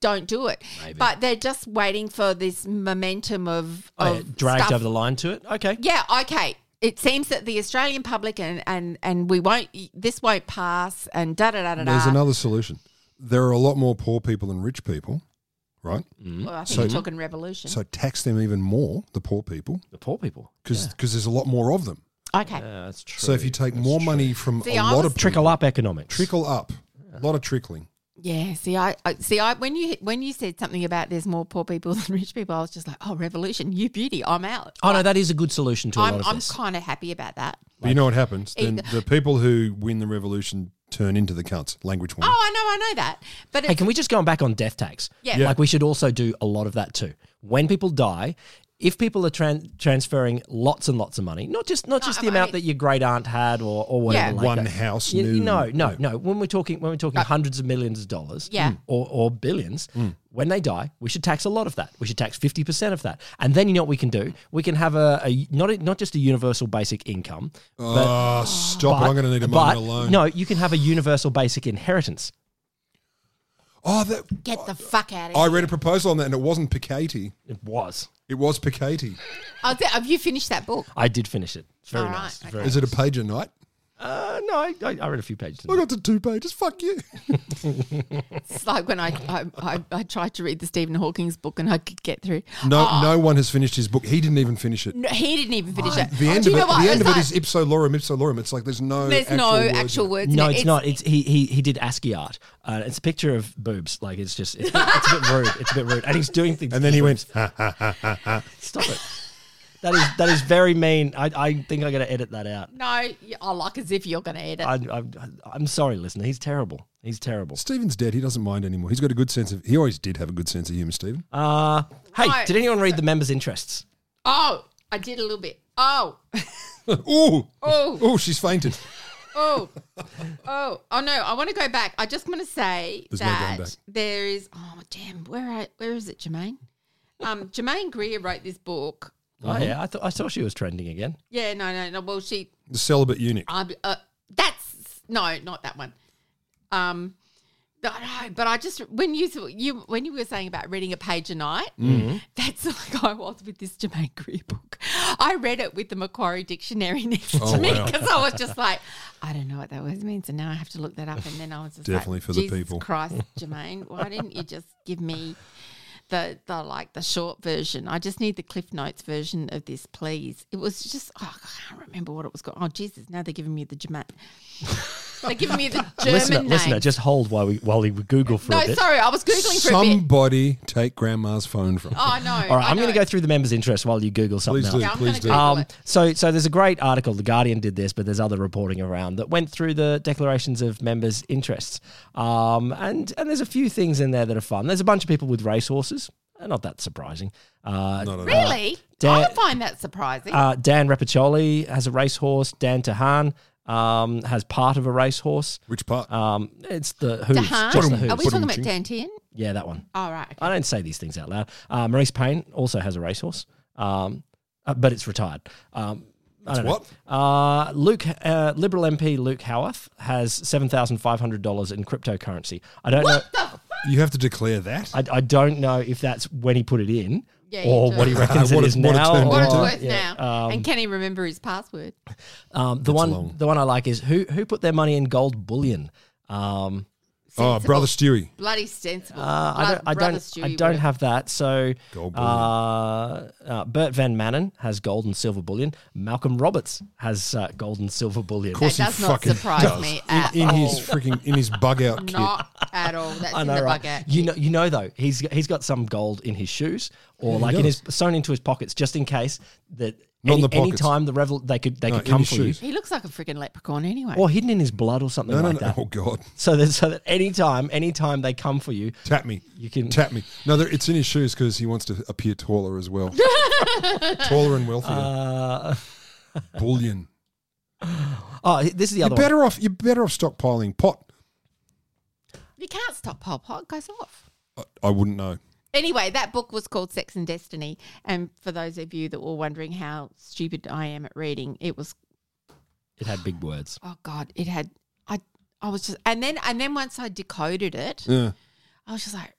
Speaker 8: Don't do it. But they're just waiting for this momentum of,
Speaker 12: Oh,
Speaker 8: of
Speaker 12: yeah, dragged
Speaker 8: stuff
Speaker 12: over the line to it. Okay.
Speaker 8: yeah, okay. It seems that the Australian public and and and we won't. This won't pass. And da da da da da.
Speaker 13: There's another solution. There are a lot more poor people than rich people, right?
Speaker 8: Well, I think you're talking revolution.
Speaker 13: So tax them even more, the poor people.
Speaker 12: The poor people.
Speaker 13: Because there's a lot more of them.
Speaker 8: Okay.
Speaker 13: Uh,
Speaker 12: that's true.
Speaker 13: So if you take more money from
Speaker 8: See,
Speaker 13: a
Speaker 8: I
Speaker 13: lot
Speaker 8: was-
Speaker 13: of
Speaker 12: Trickle up economics.
Speaker 13: Trickle up. A lot of trickling.
Speaker 8: Yeah. See, I, I see. I when you when you said something about there's more poor people [laughs] than rich people, I was just like, oh, revolution, you beauty. I'm out.
Speaker 12: Oh no, that is a good solution to a
Speaker 8: I'm
Speaker 12: lot of
Speaker 8: I'm
Speaker 12: this.
Speaker 8: kind of happy about that.
Speaker 13: But you know what happens? Then
Speaker 8: Either-
Speaker 13: the people who win the revolution turn into the cunts. Language
Speaker 8: Oh,
Speaker 13: warning.
Speaker 8: I know, I know that. But
Speaker 12: Hey,
Speaker 8: it's,
Speaker 12: can we just go on back on death tax?
Speaker 8: Yeah. Yeah.
Speaker 12: Like we should also do a lot of that too. When people die, if people are tran- transferring lots and lots of money, not just not just the amount that your great aunt had or, or whatever,
Speaker 13: Yeah.
Speaker 12: like
Speaker 13: One
Speaker 12: that.
Speaker 13: house,
Speaker 12: You- you-
Speaker 13: new- Mm.
Speaker 12: No, no, no. When we're talking when we're talking hundreds of millions of dollars,
Speaker 8: Yeah. Mm.
Speaker 12: or, or billions,
Speaker 13: Mm.
Speaker 12: when they die, we should tax a lot of that. We should tax fifty percent of that, and then you know what we can do? We can have a, a not a, not just a universal basic income.
Speaker 13: Ah, stop it. I'm gonna need a
Speaker 12: but-
Speaker 13: moment alone.
Speaker 12: No, you can have a universal basic inheritance.
Speaker 13: Oh, that,
Speaker 8: get the fuck out of
Speaker 13: I
Speaker 8: here.
Speaker 13: read a proposal on that and it wasn't Piketty.
Speaker 12: It was.
Speaker 13: It was Piketty.
Speaker 8: I was- have you finished that book?
Speaker 12: I did finish it. It's very
Speaker 8: All right,
Speaker 12: nice.
Speaker 8: okay.
Speaker 13: Is it a page a night?
Speaker 12: Uh, no, I, I, I read a few pages.
Speaker 13: I got to two pages. Fuck you.
Speaker 8: It's like when I I, I I tried to read the Stephen Hawking's book and I could get through.
Speaker 13: No,
Speaker 8: Oh,
Speaker 13: no one has finished his book. He didn't even finish it.
Speaker 8: no, he didn't even finish it.
Speaker 13: The end
Speaker 8: Do
Speaker 13: of
Speaker 8: you
Speaker 13: it.
Speaker 8: know what?
Speaker 13: The end of
Speaker 8: It's
Speaker 13: it
Speaker 8: like-
Speaker 13: is ipso lorem, ipso lorem. It's like there's no.
Speaker 8: There's
Speaker 13: actual
Speaker 8: no
Speaker 13: words in it.
Speaker 8: actual words. in
Speaker 12: No,
Speaker 8: it.
Speaker 12: it's, not. It's he he he did ASCII art. Uh, it's a picture of boobs. Like it's just it's, it's a bit rude. It's a bit rude, and he's doing things.
Speaker 13: And then he
Speaker 12: with
Speaker 13: went.
Speaker 12: boobs.
Speaker 13: Ha, ha, ha, ha, ha.
Speaker 12: "Stop it." That is that is very mean. I, I think I got to edit that out.
Speaker 8: No, you- I like as if you're going to edit.
Speaker 12: I, I I'm sorry, listener. He's terrible. He's terrible.
Speaker 13: Stephen's dead. He doesn't mind anymore. He's got a good sense of. He always did have a good sense of humor. Stephen.
Speaker 12: Uh hey,
Speaker 8: No.
Speaker 12: did anyone read the members' interests?
Speaker 8: Oh, I did a little bit. Oh, [laughs]
Speaker 13: Ooh.
Speaker 8: Oh.
Speaker 13: Ooh. She's fainted.
Speaker 8: oh, oh, oh no! I want to go back. I just want to say
Speaker 13: There's no
Speaker 8: that
Speaker 13: going back.
Speaker 8: there is. Oh damn! Where I, where is it, Jermaine? Um, Jermaine Greer wrote this book.
Speaker 13: Uh-huh.
Speaker 12: Oh yeah, I thought I saw she was trending again.
Speaker 8: Yeah, no, no, no. Well, she.
Speaker 13: The celibate eunuch.
Speaker 8: I, uh, that's no, not that one. Um, but I know, but I just when you you when you were saying about reading a page a night,
Speaker 13: Mm-hmm.
Speaker 14: Mhm.
Speaker 8: that's [laughs] like I was with this Jermaine Greer book. I read it with the Macquarie Dictionary [laughs] next
Speaker 13: Oh,
Speaker 8: to me
Speaker 13: wow.
Speaker 8: because I was just like, I don't know what that word means, and now I have to look that up. And then I was just like,
Speaker 13: Definitely for the
Speaker 8: "Jesus
Speaker 13: people." [laughs]
Speaker 8: Christ, Jermaine, why didn't you just give me the the like the short version? I just need the Cliff Notes version of this, please. It was just oh, I can't remember what it was called. Oh Jesus, now they're giving me the Jermaine. they're giving
Speaker 12: [laughs]
Speaker 8: me the German
Speaker 12: listener,
Speaker 8: name.
Speaker 12: listener, just hold while we while we Google for
Speaker 8: no,
Speaker 12: a bit.
Speaker 8: sorry, I was googling for a bit.
Speaker 13: Somebody take grandma's phone from.
Speaker 8: Oh no!
Speaker 12: All right,
Speaker 8: I
Speaker 12: I'm
Speaker 8: know.
Speaker 12: going to go through the members' interest while you Google something
Speaker 13: Please
Speaker 12: else.
Speaker 13: do, Yeah, I'm please gonna do. Google
Speaker 12: Um,
Speaker 13: it.
Speaker 12: so, so there's a great article. The Guardian did this, but there's other reporting around that went through the declarations of members' interests. Um, and and there's a few things in there that are fun. There's a bunch of people with racehorses. Uh, Not that surprising. Uh,
Speaker 8: Really? I
Speaker 12: Dan,
Speaker 8: would find that surprising.
Speaker 12: uh, Dan Repiccioli has a racehorse. Dan Tahan um, has part of a racehorse.
Speaker 13: Which part?
Speaker 12: Um, it's the hooves.
Speaker 8: Dahan?
Speaker 12: just the hooves.
Speaker 8: Are we talking about Dantian?
Speaker 12: Yeah, that one.
Speaker 8: All right.
Speaker 12: I don't say these things out loud. Uh, Maurice Payne also has a racehorse, um, uh, but it's retired. Um, I
Speaker 13: It's
Speaker 12: don't know. Uh, Luke, uh, Liberal MP Luke Howarth has seven thousand five hundred dollars in cryptocurrency. I don't know.
Speaker 13: You have to declare that.
Speaker 12: I, I don't know if that's when he put it in
Speaker 8: Yeah, you
Speaker 12: or
Speaker 8: do.
Speaker 12: what he reckons
Speaker 13: [laughs] What
Speaker 12: it is
Speaker 13: it's- what it's
Speaker 12: now.
Speaker 13: turned
Speaker 12: or-
Speaker 8: What it's worth
Speaker 12: yeah,
Speaker 8: now.
Speaker 12: um,
Speaker 8: and can he remember his password?
Speaker 12: um, the one, the one I like is who who put their money in gold bullion. Um,
Speaker 13: Oh, brother Stewie.
Speaker 8: Bloody sensible.
Speaker 12: Uh, I
Speaker 8: Blood-
Speaker 12: don't, I
Speaker 8: Brother
Speaker 12: don't, I
Speaker 8: Stewie
Speaker 12: don't
Speaker 8: would've-
Speaker 12: have that. So,
Speaker 13: Gold
Speaker 12: uh, uh, Bert Van Manen has gold and silver bullion. Malcolm Roberts has uh, gold and silver bullion.
Speaker 13: Of course
Speaker 8: That does
Speaker 13: he
Speaker 8: not
Speaker 13: fucking
Speaker 8: surprise
Speaker 13: does.
Speaker 8: me
Speaker 13: In-
Speaker 8: at
Speaker 13: in,
Speaker 8: all.
Speaker 13: his freaking in his bug out kit.
Speaker 8: Not at all.
Speaker 12: [laughs]
Speaker 8: That's in the bucket.
Speaker 12: You know, you know though, he's he's got some gold in his shoes or
Speaker 13: Yeah, he
Speaker 12: like in
Speaker 13: does.
Speaker 12: his sewn into his pockets, just in case that
Speaker 13: Not in
Speaker 12: any,
Speaker 13: the
Speaker 12: any
Speaker 13: pockets.
Speaker 12: time the revel they could they
Speaker 13: No,
Speaker 12: could
Speaker 13: in
Speaker 12: come
Speaker 13: his
Speaker 12: for
Speaker 13: shoes.
Speaker 12: you,
Speaker 8: He looks like a freaking leprechaun anyway.
Speaker 12: or hidden in his blood or something
Speaker 13: No, no,
Speaker 12: like
Speaker 13: no.
Speaker 12: that.
Speaker 13: Oh God.
Speaker 12: So that so that any time, any time they come for you,
Speaker 13: Tap me.
Speaker 12: you can
Speaker 13: Tap me. No, there- it's in his shoes because he wants to appear taller as
Speaker 12: [laughs]
Speaker 13: well. taller and wealthier.
Speaker 12: Uh,
Speaker 13: Bullion.
Speaker 12: oh, this is the
Speaker 13: You're
Speaker 12: other one.
Speaker 13: better off. You're better off stockpiling pot.
Speaker 8: You can't stop Pol Pot. It goes off.
Speaker 13: I wouldn't know.
Speaker 8: Anyway, that book was called Sex and Destiny. And for those of you that were wondering how stupid I am at reading, it was
Speaker 12: It had big words.
Speaker 8: Oh God, it had. I I was just and then and then once I decoded it,
Speaker 13: Yeah.
Speaker 8: I was just like,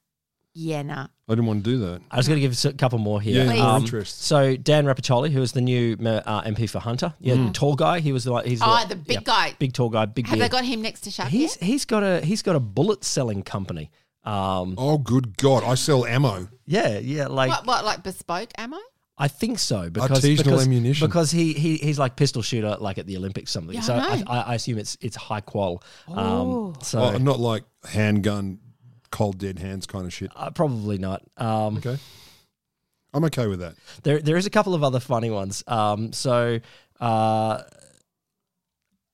Speaker 8: yeah, nah.
Speaker 13: I didn't want to do that.
Speaker 12: I was going to give us a couple more here.
Speaker 13: Yeah, Please.
Speaker 12: Um,
Speaker 13: interest.
Speaker 12: So Dan Rapiccioli, who is the new uh, MP for Hunter, yeah,
Speaker 13: Mm.
Speaker 12: tall guy. He was like he's
Speaker 8: Oh,
Speaker 12: like-
Speaker 8: the big guy.
Speaker 12: big tall guy, big.
Speaker 8: Have they
Speaker 12: beard.
Speaker 8: got him next to Shark?
Speaker 12: He's he's got a he's got a bullet selling company. Um,
Speaker 13: oh, good God! I sell ammo.
Speaker 12: Yeah, yeah, like
Speaker 8: what what like bespoke
Speaker 13: Mm.
Speaker 8: ammo?
Speaker 12: I think so because
Speaker 13: Artisanal
Speaker 12: because,
Speaker 13: ammunition.
Speaker 12: because he, he he's like pistol shooter like at the Olympics something.
Speaker 8: Yeah,
Speaker 12: so
Speaker 8: I
Speaker 12: I,
Speaker 8: know.
Speaker 12: I, I assume it's it's high qual.
Speaker 8: Oh.
Speaker 12: Um, so
Speaker 13: Oh, not like handgun, cold dead hands kind of shit.
Speaker 12: uh, probably not. Um,
Speaker 13: Okay, I'm okay with that.
Speaker 12: There, there is a couple of other funny ones. Um, so, uh,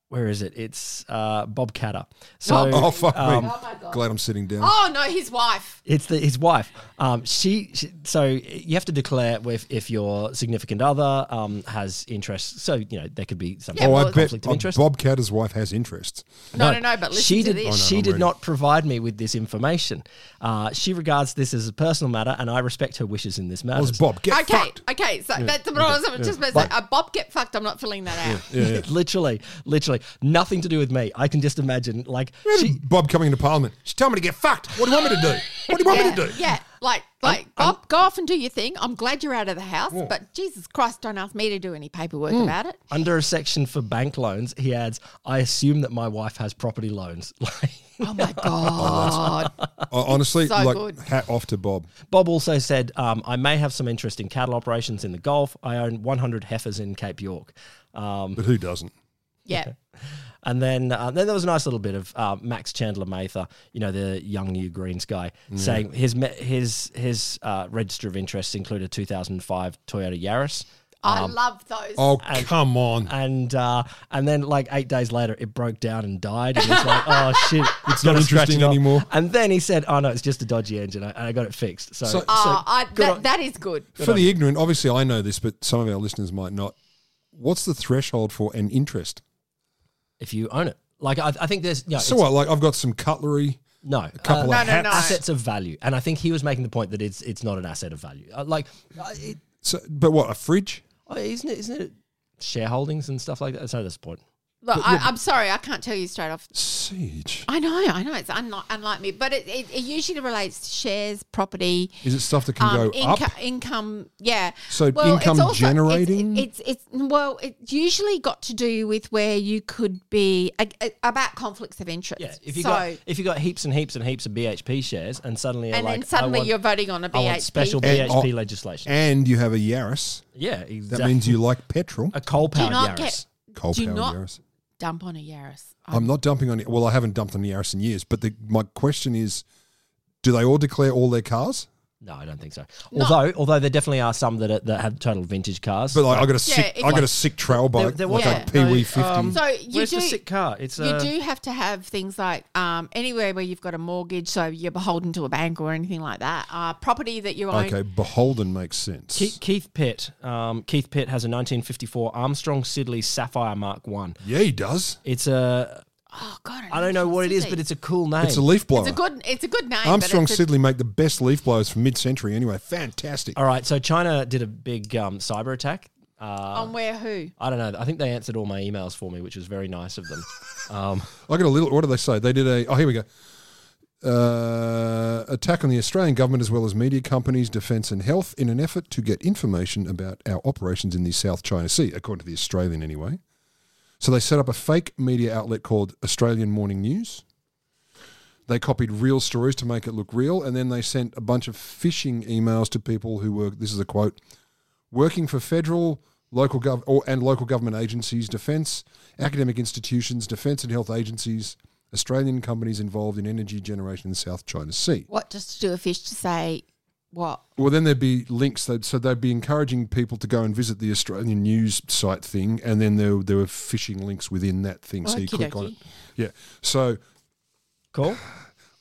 Speaker 12: where is it? It's uh, Bob Catter. So,
Speaker 13: [laughs] oh fuck
Speaker 12: um,
Speaker 13: me! Glad I'm sitting down.
Speaker 8: Oh no, his wife.
Speaker 12: It's the, his wife. Um, she, she so you have to declare if, if your significant other um, has interests. So you know there could be some
Speaker 13: oh,
Speaker 12: sort of
Speaker 13: I bet
Speaker 12: conflict of interest.
Speaker 13: Bob Catter's wife has interests.
Speaker 8: No, no, no, but listen
Speaker 12: she
Speaker 8: to
Speaker 12: did.
Speaker 8: this. Oh, no,
Speaker 12: she
Speaker 13: I'm
Speaker 12: did
Speaker 13: ready.
Speaker 12: not provide me with this information. Uh, she regards this as a personal matter, and I respect her wishes in this matter. [laughs]
Speaker 13: Was Bob get
Speaker 8: okay,
Speaker 13: fucked?
Speaker 8: okay. So
Speaker 13: Yeah,
Speaker 8: that's what I was
Speaker 13: okay,
Speaker 8: just
Speaker 13: yeah.
Speaker 8: about to say. Uh, Bob get fucked. I'm not filling that out.
Speaker 13: Yeah, yeah.
Speaker 12: literally, literally, nothing to do with me. I can just imagine, like, she,
Speaker 13: Bob coming into Parliament. She told me to get fucked. What do you want me to do? What do you want
Speaker 8: yeah,
Speaker 13: me to do?
Speaker 8: yeah. Like, like, Bob, go off and do your thing. I'm glad you're out of the house, but Jesus Christ, don't ask me to do any paperwork
Speaker 13: Mm.
Speaker 8: about it.
Speaker 12: under a section for bank loans, he adds, "I assume that my wife has property loans." [laughs] Like,
Speaker 8: Oh
Speaker 13: [laughs]
Speaker 8: my God.
Speaker 13: Uh, honestly,
Speaker 8: So
Speaker 13: like
Speaker 8: good.
Speaker 13: hat off to Bob.
Speaker 12: Bob also said, um, "I may have some interest in cattle operations in the Gulf. I own 100 heifers in Cape York." Um,
Speaker 13: But who doesn't?
Speaker 8: yeah.
Speaker 12: and then, uh, then there was a nice little bit of uh, Max Chandler Mather, you know, the young new Greens guy, saying his me- his his uh, register of interests included a 2005 Toyota Yaris.
Speaker 8: I love those.
Speaker 13: Oh come on!
Speaker 12: and uh, and then like eight days later, it broke down and died. And it's like,
Speaker 13: [laughs]
Speaker 12: oh shit, it's
Speaker 13: not interesting anymore.
Speaker 12: And then he said, oh no, it's just a dodgy engine, and I got it fixed. So,
Speaker 13: So-
Speaker 12: so
Speaker 8: Oh, I,
Speaker 12: good
Speaker 8: that,
Speaker 12: on-
Speaker 8: that is good.
Speaker 13: For the ignorant, obviously I know this, but some of our listeners might not. What's the threshold for an interest?
Speaker 12: if you own it, like I, I think there's yeah,
Speaker 13: So
Speaker 12: it's-
Speaker 13: what? Like I've got some cutlery,
Speaker 12: no
Speaker 13: a couple
Speaker 12: uh,
Speaker 13: of
Speaker 8: No, no,
Speaker 13: hats.
Speaker 8: no.
Speaker 12: assets of value, and I think he was making the point that it's it's not an asset of value. Uh, like, uh, it,
Speaker 13: So, but what? A fridge?
Speaker 12: oh, isn't it isn't it shareholdings and stuff like that? So that's the point.
Speaker 8: Look, I, I'm sorry, I can't tell you straight off.
Speaker 13: Siege.
Speaker 8: I know, I know, it's unlike, unlike me, but it, it, it usually relates to shares, property,
Speaker 13: Is it stuff that can
Speaker 8: Um,
Speaker 13: go
Speaker 8: inco-
Speaker 13: up?
Speaker 8: income. Yeah.
Speaker 13: So income generating?
Speaker 8: It's, it's it's well, it's usually got to do with where you could be a, a- about conflicts of interest.
Speaker 12: Yeah, if you
Speaker 8: so,
Speaker 12: got if you got heaps and heaps and heaps of BHP shares, and suddenly you're
Speaker 8: and
Speaker 12: like,
Speaker 8: then
Speaker 12: I
Speaker 8: suddenly
Speaker 12: want,
Speaker 8: you're voting on a
Speaker 12: I want
Speaker 8: BHP.
Speaker 12: special
Speaker 13: And-
Speaker 12: BHP
Speaker 13: oh,
Speaker 12: legislation.
Speaker 13: And you have a Yaris.
Speaker 12: yeah,
Speaker 13: That
Speaker 12: exactly.
Speaker 13: means you like petrol.
Speaker 12: a coal
Speaker 8: do
Speaker 12: powered
Speaker 8: not
Speaker 12: Yaris.
Speaker 8: get
Speaker 13: Coal
Speaker 8: Uh, do
Speaker 13: powered
Speaker 8: not
Speaker 13: Yaris.
Speaker 8: dump on a Yaris.
Speaker 13: I'm not dumping on it. Well, I haven't dumped on the Yaris in years, but the, my question is do they all declare all their cars?
Speaker 12: No, I don't think so.
Speaker 8: No.
Speaker 12: Although, although there definitely are some that are, that have total vintage cars.
Speaker 13: But like, I got a
Speaker 8: Yeah,
Speaker 13: sick,
Speaker 8: if
Speaker 13: I got
Speaker 8: like-
Speaker 13: a sick trail
Speaker 12: There-
Speaker 13: bike,
Speaker 12: there
Speaker 13: like
Speaker 8: wasn't-
Speaker 13: a Pee-wee
Speaker 12: no,
Speaker 13: fifty.
Speaker 12: um,
Speaker 8: So you
Speaker 12: where's
Speaker 8: do
Speaker 12: the sick car? It's
Speaker 8: you
Speaker 12: uh,
Speaker 8: do have to have things like um, anywhere where you've got a mortgage, so you're beholden to a bank or anything like that. Uh, property that you own.
Speaker 13: okay, beholden makes sense.
Speaker 12: Keith, Keith Pitt. Um, Keith Pitt has a 1954 Armstrong Siddeley Sapphire Mark One.
Speaker 13: yeah, he does.
Speaker 12: It's a
Speaker 8: Oh God,
Speaker 12: I don't know what it is, but it's a cool name.
Speaker 13: It's a leaf blower.
Speaker 8: it's a good it's a good name.
Speaker 13: Armstrong
Speaker 8: but it's a-
Speaker 13: Siddeley make the best leaf blowers for mid-century. Anyway, fantastic.
Speaker 12: All right, so China did a big um, cyber attack. Uh,
Speaker 8: on where who?
Speaker 12: I don't know. I think they answered all my emails for me, which was very nice of
Speaker 13: [laughs]
Speaker 12: them. Um,
Speaker 13: I got a little. What do they say? They did a. Oh, here we go. Uh, attack on the Australian government as well as media companies, defence and health in an effort to get information about our operations in the South China Sea, according to the Australian anyway. So they set up a fake media outlet called Australian Morning News. They copied real stories to make it look real, and then they sent a bunch of phishing emails to people who were. This is a quote: working for federal, local gov- or, and local government agencies, defence, academic institutions, defence and health agencies, Australian companies involved in energy generation in the South China Sea.
Speaker 8: What just to do a fish to say what?
Speaker 13: Well, then there'd be links. They'd, so they'd be encouraging people to go and visit the Australian news site thing, and then there, there were phishing links within that thing. so you click on it.
Speaker 8: Okey-dokey.
Speaker 13: Yeah. So
Speaker 12: cool.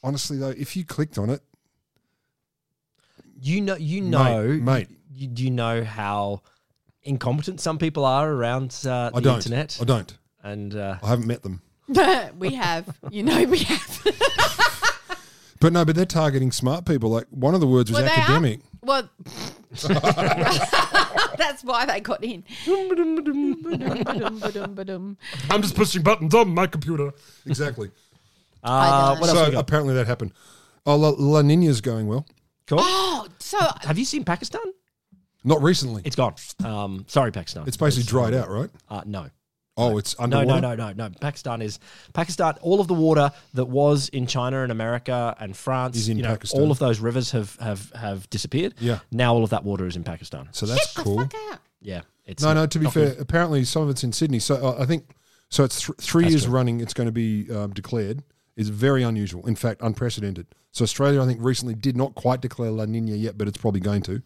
Speaker 13: honestly, though, if you clicked on it,
Speaker 12: You know, you
Speaker 13: Mate,
Speaker 12: know,
Speaker 13: mate.
Speaker 12: You, do you know how incompetent some people are around uh, the
Speaker 13: I don't.
Speaker 12: internet?
Speaker 13: I don't.
Speaker 12: And uh,
Speaker 13: I haven't met them.
Speaker 8: [laughs] we have, you know, we have.
Speaker 13: But no, but they're targeting smart people. Like one of the words was
Speaker 8: Well, [laughs] they
Speaker 12: [laughs]
Speaker 8: are-
Speaker 13: academic.
Speaker 8: well, That's why they
Speaker 12: [laughs]
Speaker 8: got in.
Speaker 13: I'm just pushing buttons on my computer. Exactly.
Speaker 12: Uh, what else we
Speaker 13: so
Speaker 12: got?
Speaker 13: apparently that happened. Oh, La, La Nina's going well.
Speaker 12: Cool.
Speaker 8: Oh, so
Speaker 12: Have you seen Pakistan?
Speaker 13: Not recently.
Speaker 12: It's gone. Um, sorry, Pakistan.
Speaker 13: It's basically dried out, right?
Speaker 12: Uh, no.
Speaker 13: Oh, it's
Speaker 12: No,
Speaker 13: underwater.
Speaker 12: no, no, no, no. Pakistan is Pakistan. All of the water that was in China and America and France,
Speaker 13: Is in
Speaker 12: you know,
Speaker 13: Pakistan.
Speaker 12: all of those rivers have have have disappeared.
Speaker 13: Yeah.
Speaker 12: Now all of that water is in Pakistan.
Speaker 13: So that's cool.
Speaker 12: Yeah. It's
Speaker 13: No, no. To be
Speaker 12: not
Speaker 13: fair,
Speaker 12: good.
Speaker 13: apparently some of it's in Sydney. So uh, I think so. It's th- three
Speaker 12: That's
Speaker 13: years
Speaker 12: good.
Speaker 13: running. It's going to be um, declared. Is very unusual. In fact, unprecedented. So Australia, I think, recently did not quite declare La Nina yet, but it's probably going to.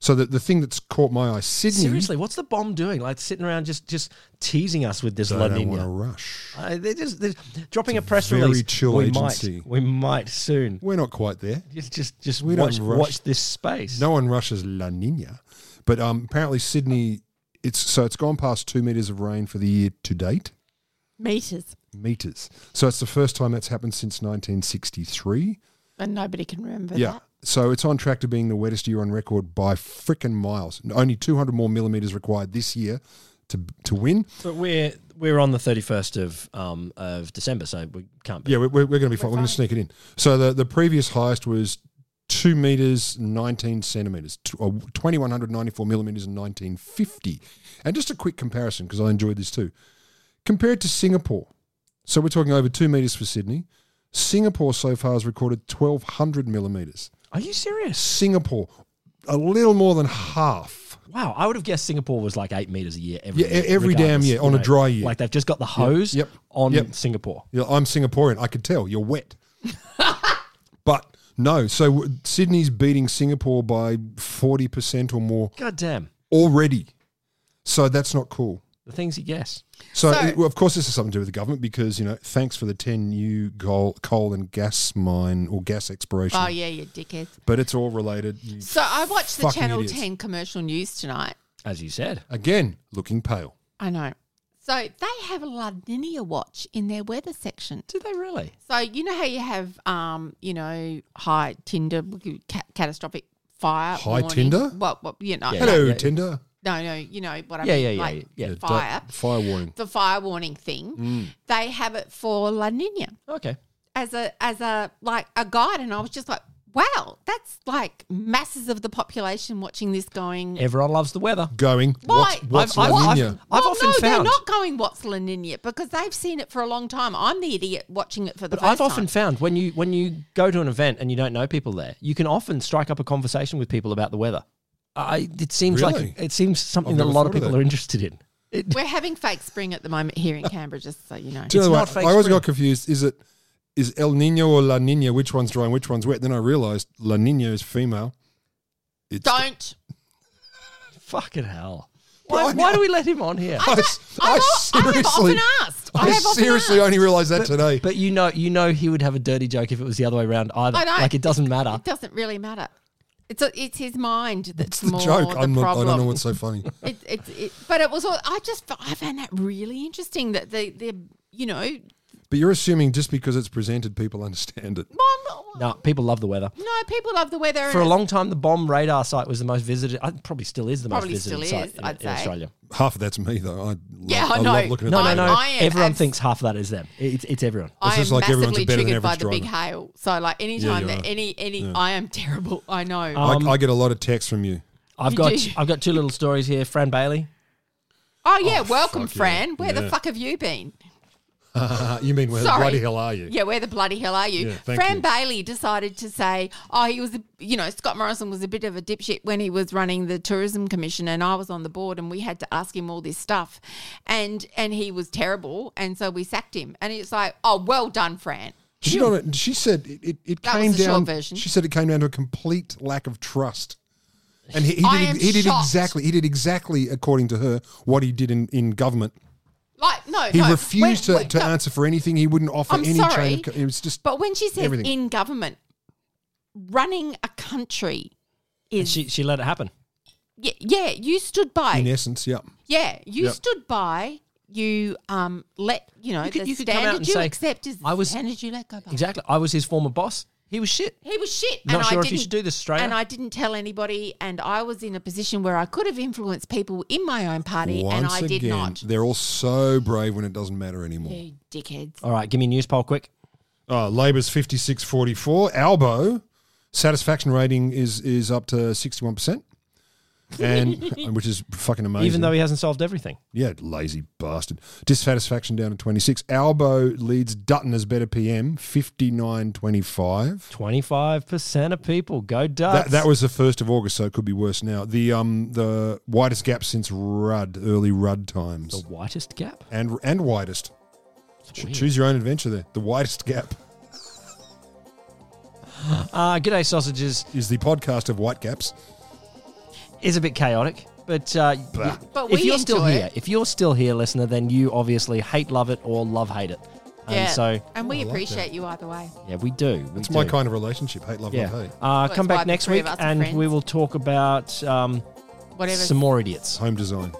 Speaker 13: So the, the thing that's caught my eye, Sydney.
Speaker 12: Seriously, what's the bomb doing? Like sitting around just just teasing us with this
Speaker 13: They
Speaker 12: La
Speaker 13: don't want to
Speaker 12: Nina.
Speaker 13: rush.
Speaker 12: Uh, they're just they're dropping a press
Speaker 13: very
Speaker 12: release.
Speaker 13: chill
Speaker 12: we
Speaker 13: agency.
Speaker 12: might we might soon.
Speaker 13: We're not quite there.
Speaker 12: Just just just
Speaker 13: We
Speaker 12: watch,
Speaker 13: don't rush.
Speaker 12: watch this space.
Speaker 13: No one rushes La Nina, but um, apparently Sydney, it's so it's gone past two meters of rain for the year to date.
Speaker 8: Meters.
Speaker 13: Meters. So it's the first time that's happened since 1963.
Speaker 8: And nobody can remember
Speaker 13: yeah.
Speaker 8: that.
Speaker 13: So it's on track to being the wettest year on record by frickin' miles. Only 200 more millimeters required this year to to win.
Speaker 12: But we're we're on the thirty first of um of December, so we can't be
Speaker 13: Yeah, we're, we're going to be fine. We're going to sneak it in. So the, the previous highest was two meters nineteen centimeters, twenty one hundred ninety four millimeters in nineteen fifty. And just a quick comparison because I enjoyed this too. Compared to Singapore, so we're talking over two meters for Sydney. Singapore so far has recorded twelve hundred millimeters.
Speaker 12: Are you serious?
Speaker 13: Singapore, a little more than half.
Speaker 12: Wow, I would have guessed Singapore was like eight meters a year every
Speaker 13: Yeah, e- every damn
Speaker 12: regardless,
Speaker 13: year,
Speaker 12: you
Speaker 13: on a
Speaker 12: know.
Speaker 13: dry year.
Speaker 12: Like they've just got the hose
Speaker 13: Yep.
Speaker 12: on
Speaker 13: Yep.
Speaker 12: Singapore.
Speaker 13: You know, I'm Singaporean. I could tell you're wet. [laughs] but no, so w- Sydney's beating Singapore by 40% or more
Speaker 12: God damn.
Speaker 13: already. So that's not cool.
Speaker 12: The things you guess.
Speaker 13: So,
Speaker 8: So-
Speaker 13: it- well, of course, this has something to do with the government because, you know, thanks for the 10 new coal, coal and gas mine or gas exploration.
Speaker 8: Oh, yeah, you dickheads.
Speaker 13: But it's all related. you
Speaker 8: So I watched the
Speaker 13: fucking
Speaker 8: Channel
Speaker 13: idiots.
Speaker 8: 10 commercial news tonight.
Speaker 12: As you said.
Speaker 13: Again, looking pale.
Speaker 8: I know. So they have a La Nina watch in their weather section.
Speaker 12: Did they really?
Speaker 8: So you know how you have, um, you know, high tinder, ca- catastrophic fire.
Speaker 13: High
Speaker 8: warning?
Speaker 13: tinder?
Speaker 8: What? What? You know.
Speaker 12: Yeah.
Speaker 13: Hello,
Speaker 12: yeah.
Speaker 13: Tinder.
Speaker 8: No, no. You know what I
Speaker 12: Yeah,
Speaker 8: mean?
Speaker 12: yeah, yeah,
Speaker 8: like
Speaker 12: yeah, yeah.
Speaker 13: Yeah, Mm.
Speaker 8: Fire.
Speaker 13: da- fire warning.
Speaker 8: The fire warning thing. They have it for La Nina
Speaker 12: Okay.
Speaker 8: as a as a like a guide, and I was just like, wow, that's like masses of the population watching this going.
Speaker 12: Everyone loves the weather.
Speaker 13: Going.
Speaker 8: Why?
Speaker 13: What's, what's
Speaker 12: I've-
Speaker 13: La
Speaker 12: I've-
Speaker 13: Nina?
Speaker 12: I've- often
Speaker 8: no, they're
Speaker 12: found-
Speaker 8: not going what's La Nina because they've seen it for a long time. I'm the idiot watching it for the
Speaker 12: But I've
Speaker 8: first
Speaker 12: often
Speaker 8: time.
Speaker 12: found when you when you go to an event and you don't know people there, you can often strike up a conversation with people about the weather. I it seems
Speaker 13: Really?
Speaker 12: like it seems something
Speaker 13: I've
Speaker 12: that a
Speaker 13: never
Speaker 12: lot of
Speaker 13: thought of
Speaker 12: people
Speaker 13: that.
Speaker 12: are interested in. It, [laughs]
Speaker 8: We're having fake spring at the moment here in Canberra, just so you know.
Speaker 13: Do you know
Speaker 12: It's
Speaker 13: what?
Speaker 12: not fake
Speaker 13: I always
Speaker 12: spring.
Speaker 13: got confused. Is it is El Nino or La Nina? Which one's dry and which one's wet? Then I realized La Nina is female. It's
Speaker 8: Don't.
Speaker 12: fucking hell.
Speaker 13: Well,
Speaker 12: Why,
Speaker 13: I
Speaker 12: why
Speaker 13: know.
Speaker 12: do we let him on here?
Speaker 13: I, I
Speaker 8: I have
Speaker 13: seriously,
Speaker 8: often asked. I
Speaker 13: [laughs] I,
Speaker 8: have often
Speaker 13: seriously
Speaker 8: asked.
Speaker 13: only realized that today.
Speaker 12: But you know, you know, he would have a dirty joke if it was the other way around either.
Speaker 8: I know.
Speaker 12: Like it doesn't matter.
Speaker 8: It doesn't really matter. It's a, it's his mind
Speaker 13: it's
Speaker 8: that's
Speaker 13: the
Speaker 8: more
Speaker 13: joke.
Speaker 8: the
Speaker 13: I'm not, I
Speaker 8: problem.
Speaker 13: don't know what's so funny.
Speaker 8: it, it, it, but it was all. I just felt- I found that really interesting that the the you know
Speaker 13: But you're assuming just because it's presented, people understand it.
Speaker 8: mom.
Speaker 12: No, people love the weather.
Speaker 8: No, people love the weather.
Speaker 12: For a
Speaker 8: and
Speaker 12: long time, the bomb radar site was the most visited. I probably still is the
Speaker 8: Probably
Speaker 12: most visited
Speaker 8: still
Speaker 12: site
Speaker 8: is,
Speaker 12: in,
Speaker 8: I'd
Speaker 12: in
Speaker 8: say.
Speaker 12: Australia.
Speaker 13: Half of that's me though. I love,
Speaker 8: Yeah, I know.
Speaker 13: love looking at
Speaker 12: No,
Speaker 13: that.
Speaker 12: no,
Speaker 8: I-
Speaker 12: no.
Speaker 8: I am
Speaker 12: everyone
Speaker 8: abs-
Speaker 12: thinks half of that is them. It's, it's everyone.
Speaker 8: I
Speaker 13: It's
Speaker 8: am
Speaker 13: just like everyone's
Speaker 8: massively
Speaker 13: a better than
Speaker 8: triggered by
Speaker 13: average
Speaker 8: the big
Speaker 13: driver.
Speaker 8: hail. So like anytime
Speaker 13: you
Speaker 8: that
Speaker 13: are.
Speaker 8: any any I am terrible. I know.
Speaker 13: I, I get a lot of texts from you.
Speaker 12: I've
Speaker 8: You
Speaker 12: got
Speaker 8: do.
Speaker 12: I've got two little stories here. Fran Bailey.
Speaker 8: oh yeah, welcome,
Speaker 13: fuck yeah.
Speaker 8: Fran. Where
Speaker 13: Yeah.
Speaker 8: the fuck have you been?
Speaker 13: Uh, you mean where the
Speaker 8: Sorry.
Speaker 13: bloody hell are you?
Speaker 8: Yeah, where the bloody hell are you?
Speaker 13: Yeah, thank
Speaker 8: Fran
Speaker 13: you.
Speaker 8: Bailey decided to say, oh, he was, a, you know, Scott Morrison was a bit of a dipshit when he was running the tourism commission, and I was on the board, and we had to ask him all this stuff, and and he was terrible, and so we sacked him, and it's like, oh, well done, Fran.
Speaker 13: She, got it, she said it, it, it
Speaker 8: That
Speaker 13: came
Speaker 8: was the short
Speaker 13: down.
Speaker 8: version.
Speaker 13: She said it came down to a complete lack of trust. And he, he
Speaker 8: I
Speaker 13: did,
Speaker 8: am
Speaker 13: he did
Speaker 8: shocked.
Speaker 13: exactly he did exactly according to her what he did in, in government.
Speaker 8: Like Uh, no,
Speaker 13: He
Speaker 8: no,
Speaker 13: refused
Speaker 8: when- when-
Speaker 13: to, to
Speaker 8: no,
Speaker 13: answer for anything. He wouldn't offer
Speaker 8: I'm
Speaker 13: any
Speaker 8: sorry,
Speaker 13: chain. Of, co- it was just
Speaker 8: But when she says
Speaker 13: everything.
Speaker 8: in government, running a country is
Speaker 12: She she let it happen.
Speaker 8: yeah, yeah, you stood by,
Speaker 13: in essence, yeah.
Speaker 8: yeah, you
Speaker 13: Yep.
Speaker 8: stood by. You um let you know
Speaker 12: You could-
Speaker 8: the
Speaker 12: you could come out
Speaker 8: standard
Speaker 12: and
Speaker 8: you
Speaker 12: say,
Speaker 8: accept is the
Speaker 12: "I was-
Speaker 8: standard you let go by.
Speaker 12: Exactly. I was his former boss. He was shit.
Speaker 8: He was shit.
Speaker 12: Not sure if you should do this straight
Speaker 8: And
Speaker 12: up.
Speaker 8: I didn't tell anybody. And I was in a position where I could have influenced people in my own party,
Speaker 13: Once
Speaker 8: and I
Speaker 13: again,
Speaker 8: did not.
Speaker 13: they're all so brave when it doesn't matter anymore.
Speaker 8: You dickheads.
Speaker 12: All right, give me a news poll quick.
Speaker 13: Uh, Labor's 5644. Albo satisfaction rating is is up
Speaker 8: [laughs]
Speaker 13: to 61%. And uh, which is fucking amazing.
Speaker 12: Even though he hasn't solved everything.
Speaker 13: Yeah, lazy bastard. Dissatisfaction down to 26. Albo leads Dutton as better PM, 59.25.
Speaker 12: 25% of people go Dutch.
Speaker 13: That, that was the 1st of August, so it could be worse now. The um the widest gap since Rudd, early Rudd times.
Speaker 12: the whitest gap.
Speaker 13: And and widest.
Speaker 12: weird.
Speaker 13: Choose your own adventure there. The widest gap
Speaker 12: Uh, G'day Sausages
Speaker 13: is the podcast of white gaps.
Speaker 12: is a bit chaotic, but, uh,
Speaker 13: Bah.
Speaker 8: But
Speaker 12: if
Speaker 8: we
Speaker 12: you're still
Speaker 8: enjoy it.
Speaker 12: here, if you're still here, listener, then you obviously hate love it or love hate it. And
Speaker 8: yeah.
Speaker 12: so,
Speaker 8: and we
Speaker 13: I like
Speaker 8: appreciate you either way.
Speaker 12: yeah, we do. We
Speaker 13: That's my
Speaker 12: do.
Speaker 13: kind of relationship. Hate, love, love, hate.
Speaker 12: Uh, come
Speaker 8: Well, it's why
Speaker 12: back
Speaker 8: the
Speaker 12: next
Speaker 8: three of
Speaker 12: week
Speaker 8: us are
Speaker 12: and
Speaker 8: friends.
Speaker 12: we will talk about um,
Speaker 8: Whatever.
Speaker 12: some more idiots.
Speaker 13: Home design.